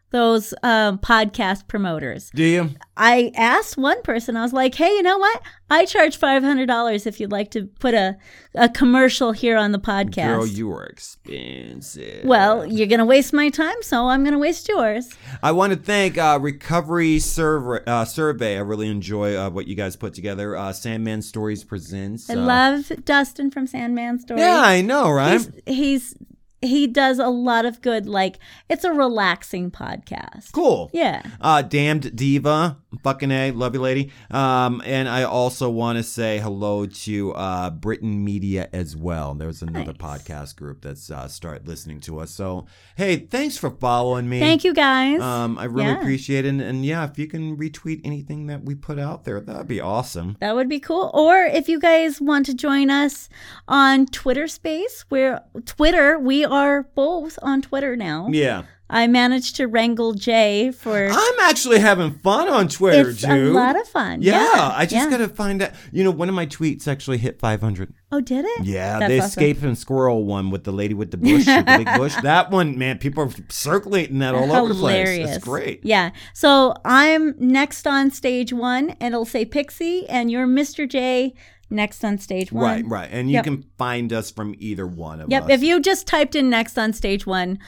A: those um, podcast promoters.
B: do you?
A: I asked one person, I was like, hey, you know what? I charge $500 if you'd like to put a, a commercial here on the podcast.
B: Girl, you are expensive.
A: Well, you're going to waste my time, so I'm going to waste yours.
B: I want to thank uh, Recovery Survey. Uh, survey. I really enjoy uh, what you guys put together. Uh, Sandman Stories presents.
A: I
B: uh,
A: love Dustin from Sandman Stories.
B: Yeah, I know, right?
A: He's, he's he does a lot of good. Like it's a relaxing podcast.
B: cool.
A: Yeah.
B: Uh, Damned Diva, fucking A, love you, lady. Um, and I also want to say hello to uh, Britain Media as well. There's another
A: Nice.
B: podcast group that's uh, start listening to us. So, hey, thanks for following me.
A: Thank you guys.
B: Um, I really
A: Yeah.
B: appreciate it. And, and yeah, if you can retweet anything that we put out there, that'd be awesome.
A: that would be cool. Or if you guys want to join us on Twitter Space, where Twitter, we are both on Twitter now.
B: Yeah.
A: I managed to wrangle Jay for.
B: I'm actually having fun on Twitter,
A: it's a
B: Jude.
A: lot of fun.
B: yeah, I just
A: yeah.
B: gotta find out. You know, one of my tweets actually hit 500.
A: Oh, did it?
B: Yeah,
A: That's
B: the
A: awesome.
B: escape and squirrel one with the lady with the bush,
A: *laughs*
B: with the big bush. That one, man, people are circulating that all over the place. It's great.
A: Yeah. So I'm next on stage one, and it'll say Pixie, and you're Mr. J next on stage one.
B: Right, right. And you
A: Yep.
B: can find us from either one of
A: Yep.
B: us.
A: If you just typed in next on stage one,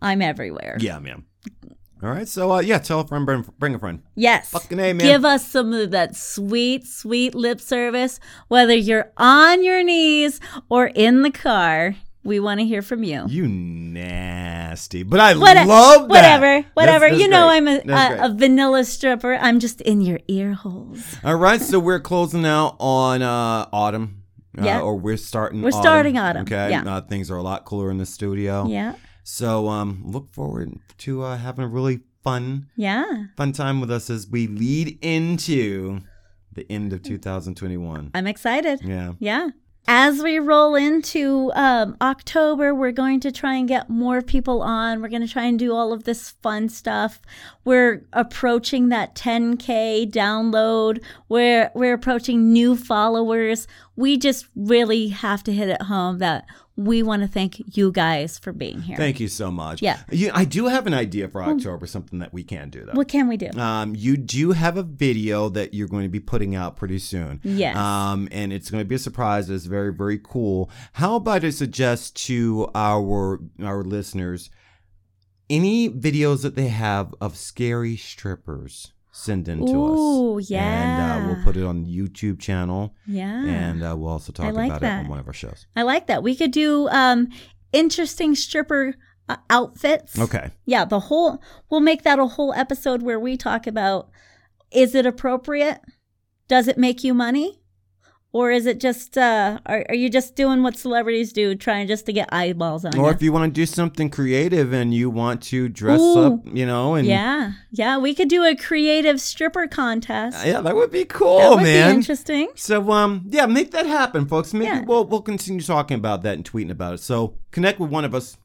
A: I'm everywhere.
B: Yeah, man. All right, so uh, yeah, tell a friend, bring, bring a friend.
A: Yes.
B: Fucking A, man.
A: Give us some of that sweet, sweet lip service, whether you're on your knees or in the car. We want to hear from you.
B: you nasty. But I
A: Whate-
B: love that.
A: Whatever, whatever.
B: that's
A: you know,
B: great.
A: I'm a,
B: That's
A: a, a vanilla stripper. I'm just in your ear holes.
B: All right, so we're closing out on uh, autumn. Uh,
A: Yeah.
B: Or we're starting
A: We're starting autumn,
B: Okay.
A: yeah.
B: Uh, things are a lot cooler in the studio.
A: Yeah,
B: So um, look forward to uh, having a really fun,
A: yeah.
B: fun time with us as we lead into the end of 2021.
A: I'm excited.
B: Yeah.
A: Yeah. As we roll into um, October, we're going to try and get more people on. We're going to try and do all of this fun stuff. We're approaching that 10K download. We're, we're approaching new followers. We just really have to hit it home that we want to thank you guys for being here.
B: Thank you so much.
A: Yeah.
B: You, I do have an idea for October, something that we can do though.
A: What can we do?
B: Um, you do have a video that you're going to be putting out pretty soon.
A: Yes.
B: Um, and it's going to be a surprise. It's very, very cool. How about I suggest to our our listeners any videos that they have of scary strippers send in to us.
A: Ooh,
B: And uh,
A: yeah.
B: we'll put it on the YouTube channel,
A: yeah.
B: and uh, we'll also talk
A: like
B: about it
A: that.
B: on one of our shows.
A: I like that. We could do um, interesting stripper uh, outfits.
B: Okay.
A: Yeah, the whole we'll make that a whole episode where we talk about is it appropriate? Does it make you money? Or is it just uh are, are you just doing what celebrities do trying just to get eyeballs on
B: Or
A: you?
B: if you want to do something creative and you want to dress
A: Ooh.
B: up, you know, and
A: yeah. Yeah, we could do a creative stripper contest.
B: yeah, that would be cool,
A: that would
B: Oh, man.
A: be interesting.
B: So um yeah, make that happen, folks. Maybe
A: Yeah.
B: we'll we'll continue talking about that and tweeting about it. So connect with one of us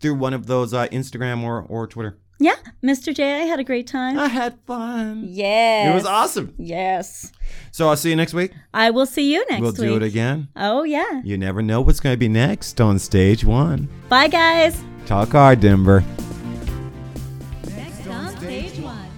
B: through one of those uh, Instagram or or Twitter.
A: Yeah. Mr. J, I had a great time.
B: I had fun.
A: yes.
B: It was awesome.
A: Yes.
B: So I'll see you next week.
A: I will see you next
B: we'll
A: week.
B: do it again.
A: Oh yeah.
B: You never know what's going to be next on stage one.
A: Bye guys.
B: Talk hard, Denver.
A: Next on stage one.